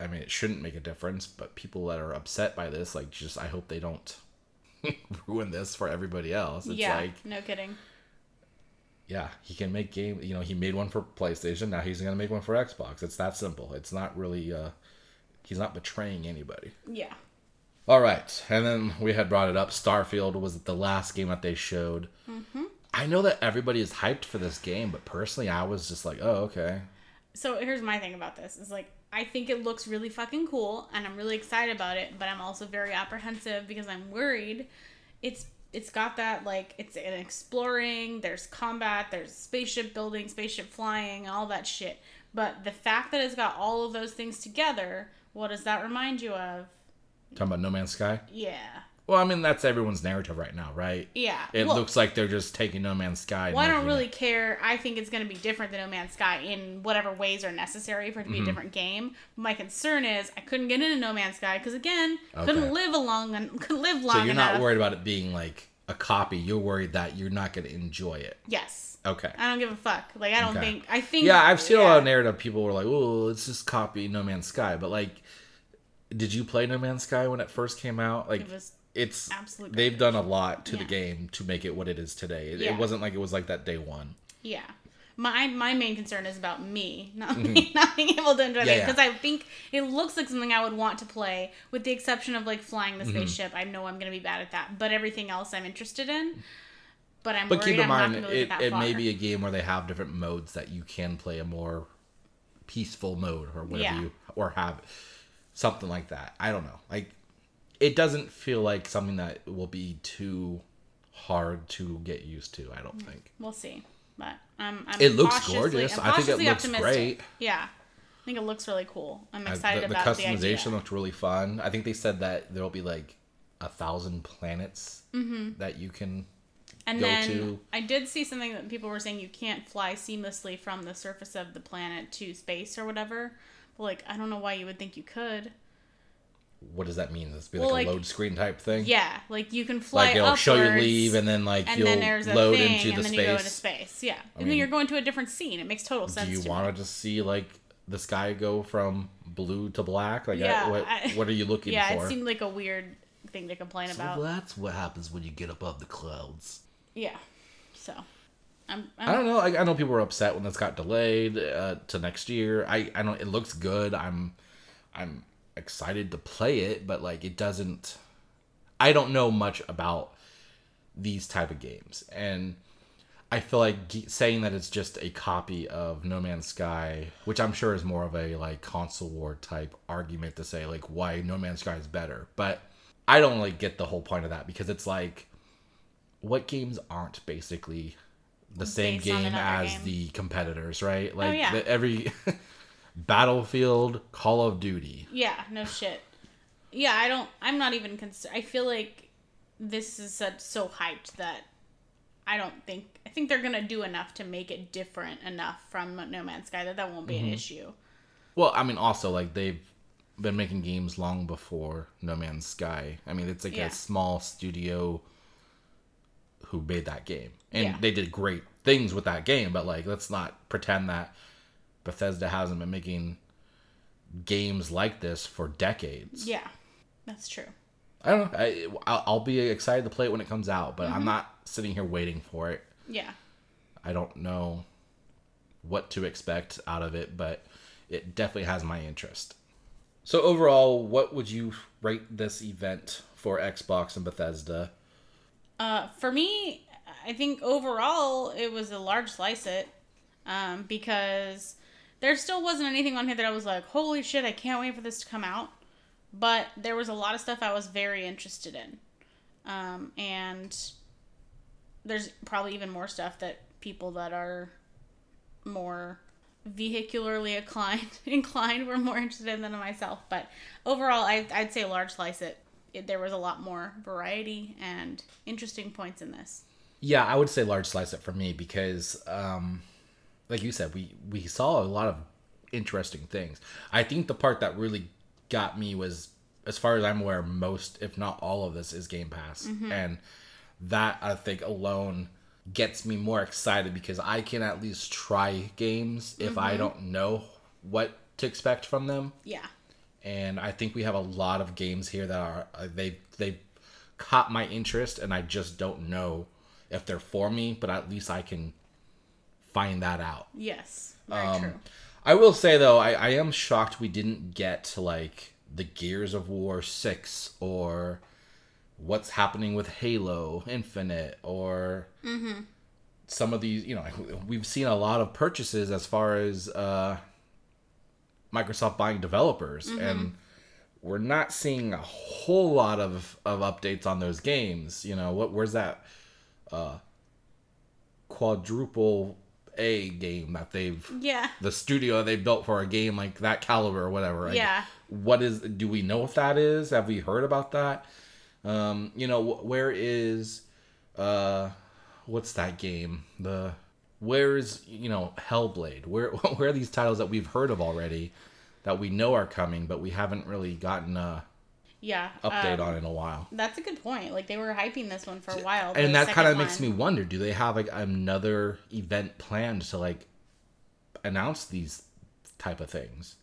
Speaker 1: I mean, it shouldn't make a difference, but people that are upset by this, like, just I hope they don't ruin this for everybody else. It's
Speaker 2: yeah.
Speaker 1: like,
Speaker 2: no kidding.
Speaker 1: yeah, he can make game. You know, he made one for PlayStation. Now he's gonna make one for Xbox. It's that simple. It's not really. uh He's not betraying anybody.
Speaker 2: Yeah.
Speaker 1: All right, and then we had brought it up. Starfield was the last game that they showed.
Speaker 2: Mm-hmm.
Speaker 1: I know that everybody is hyped for this game, but personally, I was just like, "Oh, okay,
Speaker 2: So here's my thing about this: is like I think it looks really fucking cool, and I'm really excited about it, but I'm also very apprehensive because I'm worried. It's it's got that like it's an exploring. There's combat. There's spaceship building, spaceship flying, all that shit. But the fact that it's got all of those things together, what does that remind you of?
Speaker 1: Talking about No Man's Sky?
Speaker 2: Yeah,
Speaker 1: Well, I mean, that's everyone's narrative right now, right?
Speaker 2: yeah.
Speaker 1: It
Speaker 2: Well,
Speaker 1: looks like they're just taking No Man's Sky. and
Speaker 2: Well, I don't
Speaker 1: making
Speaker 2: really
Speaker 1: it-
Speaker 2: care. I think it's going to be different than No Man's Sky in whatever ways are necessary for it to
Speaker 1: Mm-hmm.
Speaker 2: be a different game. My concern is I couldn't get into No Man's Sky because again,
Speaker 1: Okay.
Speaker 2: couldn't live along and could live long
Speaker 1: So you're
Speaker 2: enough.
Speaker 1: not worried about it being like a copy. You're worried that you're not going to enjoy it.
Speaker 2: Yes,
Speaker 1: Okay.
Speaker 2: I don't give a fuck. Like I don't
Speaker 1: Okay.
Speaker 2: think I think.
Speaker 1: Yeah, I've seen a
Speaker 2: yeah.
Speaker 1: lot of narrative. People were like, "Oh, it's just copy No Man's Sky," but like, did you play No Man's Sky when it first came out? Like,
Speaker 2: It was
Speaker 1: it's
Speaker 2: absolute
Speaker 1: they've done a lot to the
Speaker 2: Yeah.
Speaker 1: game to make it what it is today. It,
Speaker 2: Yeah.
Speaker 1: it wasn't like it was like that day one.
Speaker 2: Yeah. My, my main concern is about me not being, not being able to enjoy
Speaker 1: Mm-hmm. Yeah,
Speaker 2: it
Speaker 1: yeah.
Speaker 2: because I think it looks like something I would want to play, with the exception of like flying
Speaker 1: Mm-hmm.
Speaker 2: the spaceship. I know I'm going to be bad at that, but everything else I'm interested in. But I'm
Speaker 1: But
Speaker 2: worried
Speaker 1: keep in
Speaker 2: I'm
Speaker 1: mind,
Speaker 2: not going to
Speaker 1: it,
Speaker 2: get that
Speaker 1: it
Speaker 2: far.
Speaker 1: may be a game where they have different modes that you can play a more peaceful mode or whatever
Speaker 2: Yeah.
Speaker 1: you or have something like that. I don't know. Like, it doesn't feel like something that will be too hard to get used to. I don't think.
Speaker 2: We'll see. But um, I'm
Speaker 1: It looks
Speaker 2: cautiously-
Speaker 1: gorgeous.
Speaker 2: I'm
Speaker 1: I think it
Speaker 2: cautiously
Speaker 1: looks great.
Speaker 2: Yeah, I think it looks really cool. I'm
Speaker 1: I-
Speaker 2: excited
Speaker 1: the, the
Speaker 2: about
Speaker 1: customization
Speaker 2: the idea.
Speaker 1: looked really fun. I think they said that there will be like a thousand planets
Speaker 2: Mm-hmm.
Speaker 1: that you can
Speaker 2: And
Speaker 1: go
Speaker 2: then
Speaker 1: to.
Speaker 2: I did see something that people were saying you can't fly seamlessly from the surface of the planet to space or whatever. But like, I don't know why you would think you could.
Speaker 1: what does that mean? This be
Speaker 2: Well,
Speaker 1: like, a
Speaker 2: like-
Speaker 1: load screen type thing.
Speaker 2: Yeah, like you can fly
Speaker 1: like it'll
Speaker 2: upwards,
Speaker 1: show you leave, and then like
Speaker 2: and
Speaker 1: you'll
Speaker 2: then there's a
Speaker 1: load
Speaker 2: thing,
Speaker 1: into the
Speaker 2: and then
Speaker 1: space.
Speaker 2: you go into space. Yeah, and
Speaker 1: mean,
Speaker 2: then you're going to a different scene. It makes total sense.
Speaker 1: Do you
Speaker 2: to
Speaker 1: want
Speaker 2: me.
Speaker 1: to just see like the sky go from blue to black? Like, I-
Speaker 2: Yeah,
Speaker 1: what,
Speaker 2: I-
Speaker 1: what are you looking
Speaker 2: Yeah,
Speaker 1: for?
Speaker 2: it seemed like a weird thing to complain about.
Speaker 1: that's what happens when you get above the clouds.
Speaker 2: Yeah, so I'm. I'm
Speaker 1: I don't know. Like, I know people were upset when this got delayed uh, to next year. I I don't. It looks good. I'm I'm excited to play it, but like it doesn't. I don't know much about these type of games and i feel like ge- saying that it's just a copy of no man's sky which i'm sure is more of a like console war type argument to say like why no man's sky is better but i don't like get the whole point of that because it's like what games aren't basically the same
Speaker 2: Based on
Speaker 1: game
Speaker 2: another
Speaker 1: as
Speaker 2: game. Oh,
Speaker 1: the competitors right like
Speaker 2: yeah.
Speaker 1: the- every battlefield call of duty
Speaker 2: Yeah, no shit. Yeah, I don't. I'm not even concerned. I feel like this is such, so hyped that I don't think. I think they're gonna do enough to make it different enough from No Man's Sky that that won't be an issue.
Speaker 1: Well, I mean, also like they've been making games long before No Man's Sky. I mean, it's like
Speaker 2: Yeah.
Speaker 1: a small studio who made that game, and
Speaker 2: Yeah.
Speaker 1: they did great things with that game. But like, let's not pretend that Bethesda hasn't been making games like this for decades.
Speaker 2: Yeah, that's true.
Speaker 1: I don't know. I, I'll, I'll be excited to play it when it comes out, but
Speaker 2: Mm-hmm.
Speaker 1: I'm not sitting here waiting for it.
Speaker 2: Yeah,
Speaker 1: I don't know what to expect out of it, but it definitely has my interest. So overall, what would you rate this event for Xbox and Bethesda?
Speaker 2: Uh, for me, I think overall it was a large slice it um, because there still wasn't anything on here that I was like, holy shit, I can't wait for this to come out. But there was a lot of stuff I was very interested in. Um, and there's probably even more stuff that people that are more vehicularly inclined inclined were more interested in than myself but overall I, i'd say large slice it, it there was a lot more variety and interesting points in this
Speaker 1: Yeah, I would say large slice it for me because, um, like you said, we we saw a lot of interesting things. I think the part that really got me was, as far as I'm aware, most if not all of this is Game Pass, and that I think alone gets me more excited because I can at least try games if I don't know what to expect from them
Speaker 2: yeah
Speaker 1: and I think we have a lot of games here that are uh, they they caught my interest, and I just don't know if they're for me, but at least I can find that out.
Speaker 2: yes very
Speaker 1: Um,
Speaker 2: true
Speaker 1: I will say though, I, I am shocked we didn't get to like the Gears of War six or what's happening with Halo Infinite or some of these. You know, we've seen a lot of purchases as far as uh, Microsoft buying developers, and we're not seeing a whole lot of of updates on those games. You know, what where's that? uh, quadruple A game that they've
Speaker 2: yeah
Speaker 1: the studio they built for a game like that caliber or whatever. Like,
Speaker 2: Yeah.
Speaker 1: What is? Do we know if that is? Have we heard about that? Um, you know, wh- where is, uh, what's that game? The where is you know Hellblade? Where where are these titles that we've heard of already, that we know are coming, but we haven't really gotten a
Speaker 2: yeah
Speaker 1: update
Speaker 2: um,
Speaker 1: on in a while.
Speaker 2: that's a good point like they were hyping this one for a while but the
Speaker 1: and that
Speaker 2: second
Speaker 1: kind of makes
Speaker 2: one-
Speaker 1: me wonder do they have like another event planned to like announce these type of things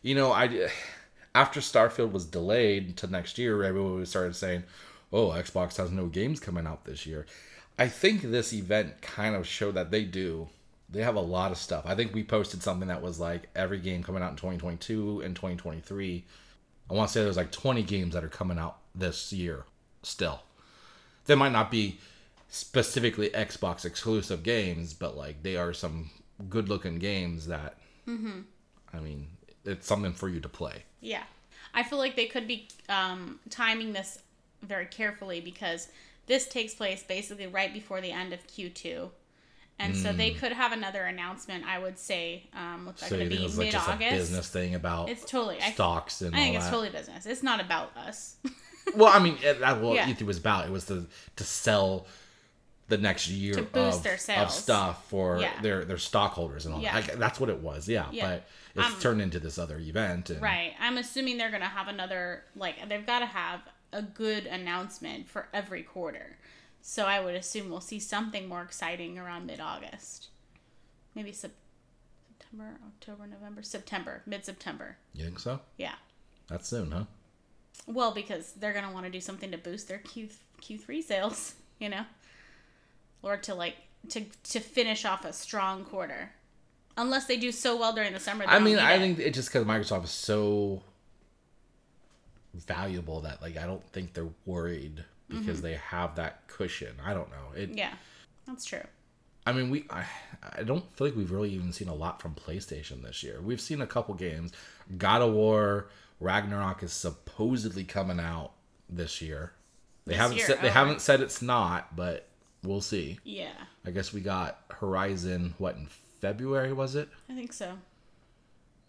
Speaker 1: you know i after starfield was delayed to next year everyone started saying oh xbox has no games coming out this year i think this event kind of showed that they do they have a lot of stuff i think we posted something that was like every game coming out in 2022 and 2023 i want to say there's like 20 games that are coming out this year still they might not be specifically Xbox exclusive games, but like they are some good looking games that
Speaker 2: Mm-hmm.
Speaker 1: I mean, it's something for you to play.
Speaker 2: Yeah. I feel like they could be um, timing this very carefully because this takes place basically right before the end of Q2. And so they could have another announcement, I would say, um, what's that
Speaker 1: Hmm. so
Speaker 2: going
Speaker 1: you
Speaker 2: to
Speaker 1: think
Speaker 2: be?
Speaker 1: it's like
Speaker 2: Mid
Speaker 1: just a
Speaker 2: August?
Speaker 1: business thing about
Speaker 2: It's totally. I,
Speaker 1: stocks and
Speaker 2: I think
Speaker 1: all
Speaker 2: it's
Speaker 1: that.
Speaker 2: totally business. It's not about us.
Speaker 1: well, I mean, it- that what
Speaker 2: Yeah.
Speaker 1: E3 was about. It was to to sell the next year
Speaker 2: boost
Speaker 1: of,
Speaker 2: their
Speaker 1: of
Speaker 2: sales.
Speaker 1: stuff for
Speaker 2: Yeah.
Speaker 1: their their stockholders and all
Speaker 2: Yeah.
Speaker 1: that. Like, that's what it was. Yeah,
Speaker 2: Yeah.
Speaker 1: but it's
Speaker 2: Um,
Speaker 1: turned into this other event. And,
Speaker 2: right. I'm assuming they're going to have another, like, they've got to have a good announcement for every quarter. So I would assume we'll see something more exciting around mid August. Maybe Sep- September, October, November, September, mid September.
Speaker 1: You think so?
Speaker 2: Yeah.
Speaker 1: That's soon, huh?
Speaker 2: Well, because they're going to want to do something to boost their Q Q3 sales, you know, or to like to to finish off a strong quarter. Unless they do so well during the summer. they
Speaker 1: I
Speaker 2: don't
Speaker 1: mean,
Speaker 2: need
Speaker 1: I
Speaker 2: it.
Speaker 1: think it's just because Microsoft is so valuable that like I don't think they're worried because they have that cushion. I don't know. It.
Speaker 2: Mm-hmm. Yeah, that's true.
Speaker 1: I mean, we. I, I don't feel like we've really even seen a lot from PlayStation this year. We've seen a couple games. God of War Ragnarok is supposedly coming out this year. They
Speaker 2: This
Speaker 1: haven't
Speaker 2: year,
Speaker 1: said they
Speaker 2: oh.
Speaker 1: haven't said it's not, but we'll see.
Speaker 2: Yeah,
Speaker 1: I guess we got Horizon. What in February was it?
Speaker 2: I think so.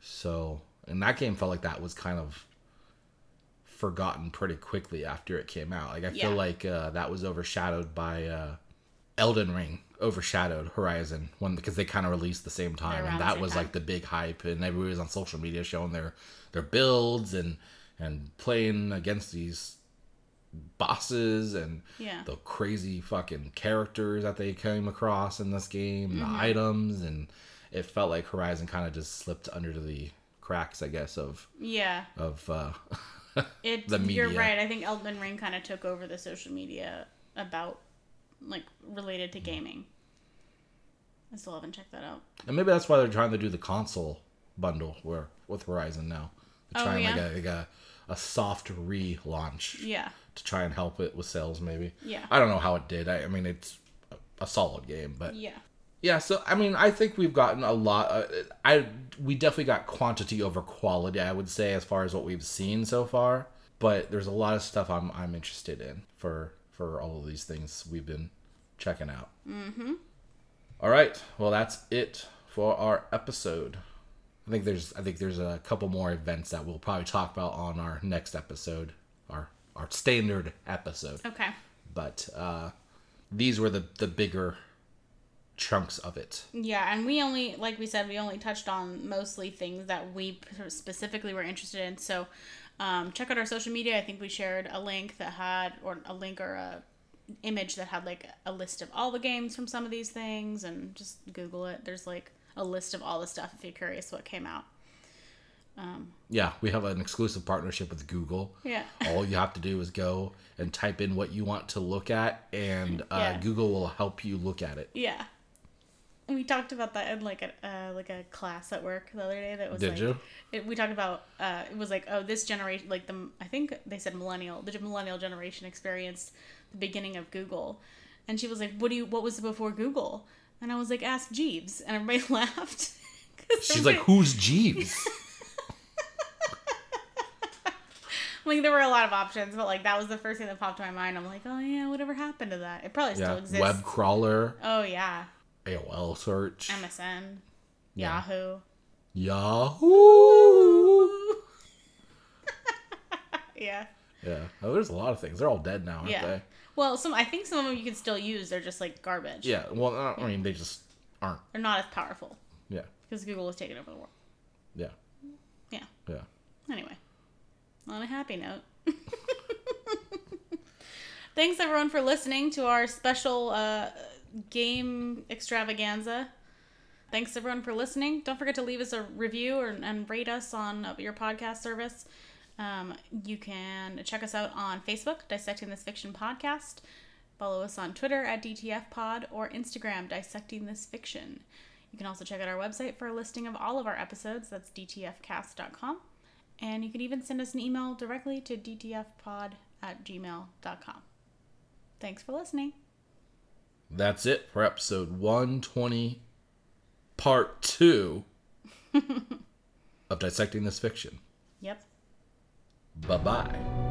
Speaker 1: So, and that game felt like that was kind of forgotten pretty quickly after it came out. Like I
Speaker 2: Yeah.
Speaker 1: feel like uh, that was overshadowed by uh, Elden Ring, overshadowed Horizon when because they kind of released the same time,
Speaker 2: around
Speaker 1: and
Speaker 2: the
Speaker 1: that
Speaker 2: same
Speaker 1: was
Speaker 2: time.
Speaker 1: like the big hype, and everybody was on social media showing their their builds and and playing against these bosses and
Speaker 2: Yeah.
Speaker 1: the crazy fucking characters that they came across in this game,
Speaker 2: Mm-hmm.
Speaker 1: the items, and it felt like Horizon kind of just slipped under the cracks, I guess, of
Speaker 2: Yeah,
Speaker 1: of uh,
Speaker 2: it.
Speaker 1: The
Speaker 2: You're
Speaker 1: media.
Speaker 2: right. I think Elden Ring kind of took over the social media about like related
Speaker 1: Mm-hmm.
Speaker 2: to gaming. I still haven't checked that out.
Speaker 1: and maybe that's why they're trying to do the console bundle where with Horizon now, they're
Speaker 2: Oh,
Speaker 1: trying
Speaker 2: yeah.
Speaker 1: like a like a, a soft relaunch
Speaker 2: Yeah,
Speaker 1: to try and help it with sales, maybe.
Speaker 2: Yeah.
Speaker 1: I don't know how it did. I, I mean, it's a- a solid game, but
Speaker 2: yeah,
Speaker 1: Yeah, so I mean, I think we've gotten a lot. Uh, I we definitely got quantity over quality. I would say as far as what we've seen so far, but there's a lot of stuff I'm I'm interested in for for all of these things we've been checking out. Mm-hmm. right, well that's it for our episode. I think there's I think there's a couple more events that we'll probably talk about on our next episode, our our standard episode
Speaker 2: okay,
Speaker 1: but uh, these were the the bigger chunks of it.
Speaker 2: yeah. And we only, like we said, we only touched on mostly things that we p- specifically were interested in. So, um, check out our social media. I think we shared a link that had, or a link or a image that had like a list of all the games from some of these things, and just Google it. There's like a list of all the stuff if you're curious what came out.
Speaker 1: Yeah, we have an exclusive partnership with Google.
Speaker 2: Yeah.
Speaker 1: All you have to do is go and type in what you want to look at, and uh,
Speaker 2: Yeah.
Speaker 1: Google will help you look at it.
Speaker 2: Yeah. We talked about that in like a uh, like a class at work the other day. That was
Speaker 1: Did
Speaker 2: like,
Speaker 1: you?
Speaker 2: It, we talked about uh, it was like oh this generation like the I think they said millennial the millennial generation experienced the beginning of Google, and she was like what do you what was before Google and I was like ask Jeeves and everybody laughed. 'Cause
Speaker 1: She's
Speaker 2: everybody-
Speaker 1: like, "Who's Jeeves?"
Speaker 2: like there were a lot of options, but like that was the first thing that popped to my mind. I'm like oh yeah whatever happened to that? It probably still
Speaker 1: yeah,
Speaker 2: exists.
Speaker 1: web crawler,
Speaker 2: Oh yeah,
Speaker 1: AOL search,
Speaker 2: MSN,
Speaker 1: Yeah.
Speaker 2: Yahoo.
Speaker 1: Yahoo.
Speaker 2: Yeah.
Speaker 1: Yeah, oh, there's a lot of things. They're all dead now, aren't
Speaker 2: Yeah.
Speaker 1: they?
Speaker 2: Well, some I think some of them you can still use. They're just like garbage.
Speaker 1: Yeah. Well, I I mean, they just aren't.
Speaker 2: They're not as powerful
Speaker 1: Yeah.
Speaker 2: because Google has taken over the world.
Speaker 1: Yeah.
Speaker 2: Yeah.
Speaker 1: Yeah.
Speaker 2: Anyway, on a happy note. Thanks everyone for listening to our special uh, game extravaganza. Thanks everyone for listening. Don't forget to leave us a review or, and rate us on uh, your podcast service. Um, you can check us out on Facebook, Dissecting This Fiction Podcast. Follow us on Twitter at DTF Pod or Instagram, Dissecting This Fiction. You can also check out our website for a listing of all of our episodes. That's dtfcast.com. And you can even send us an email directly to dtfpod at gmail.com. Thanks for listening.
Speaker 1: That's it for episode 120, part two of Dissecting This Fiction.
Speaker 2: Yep.
Speaker 1: Bye bye.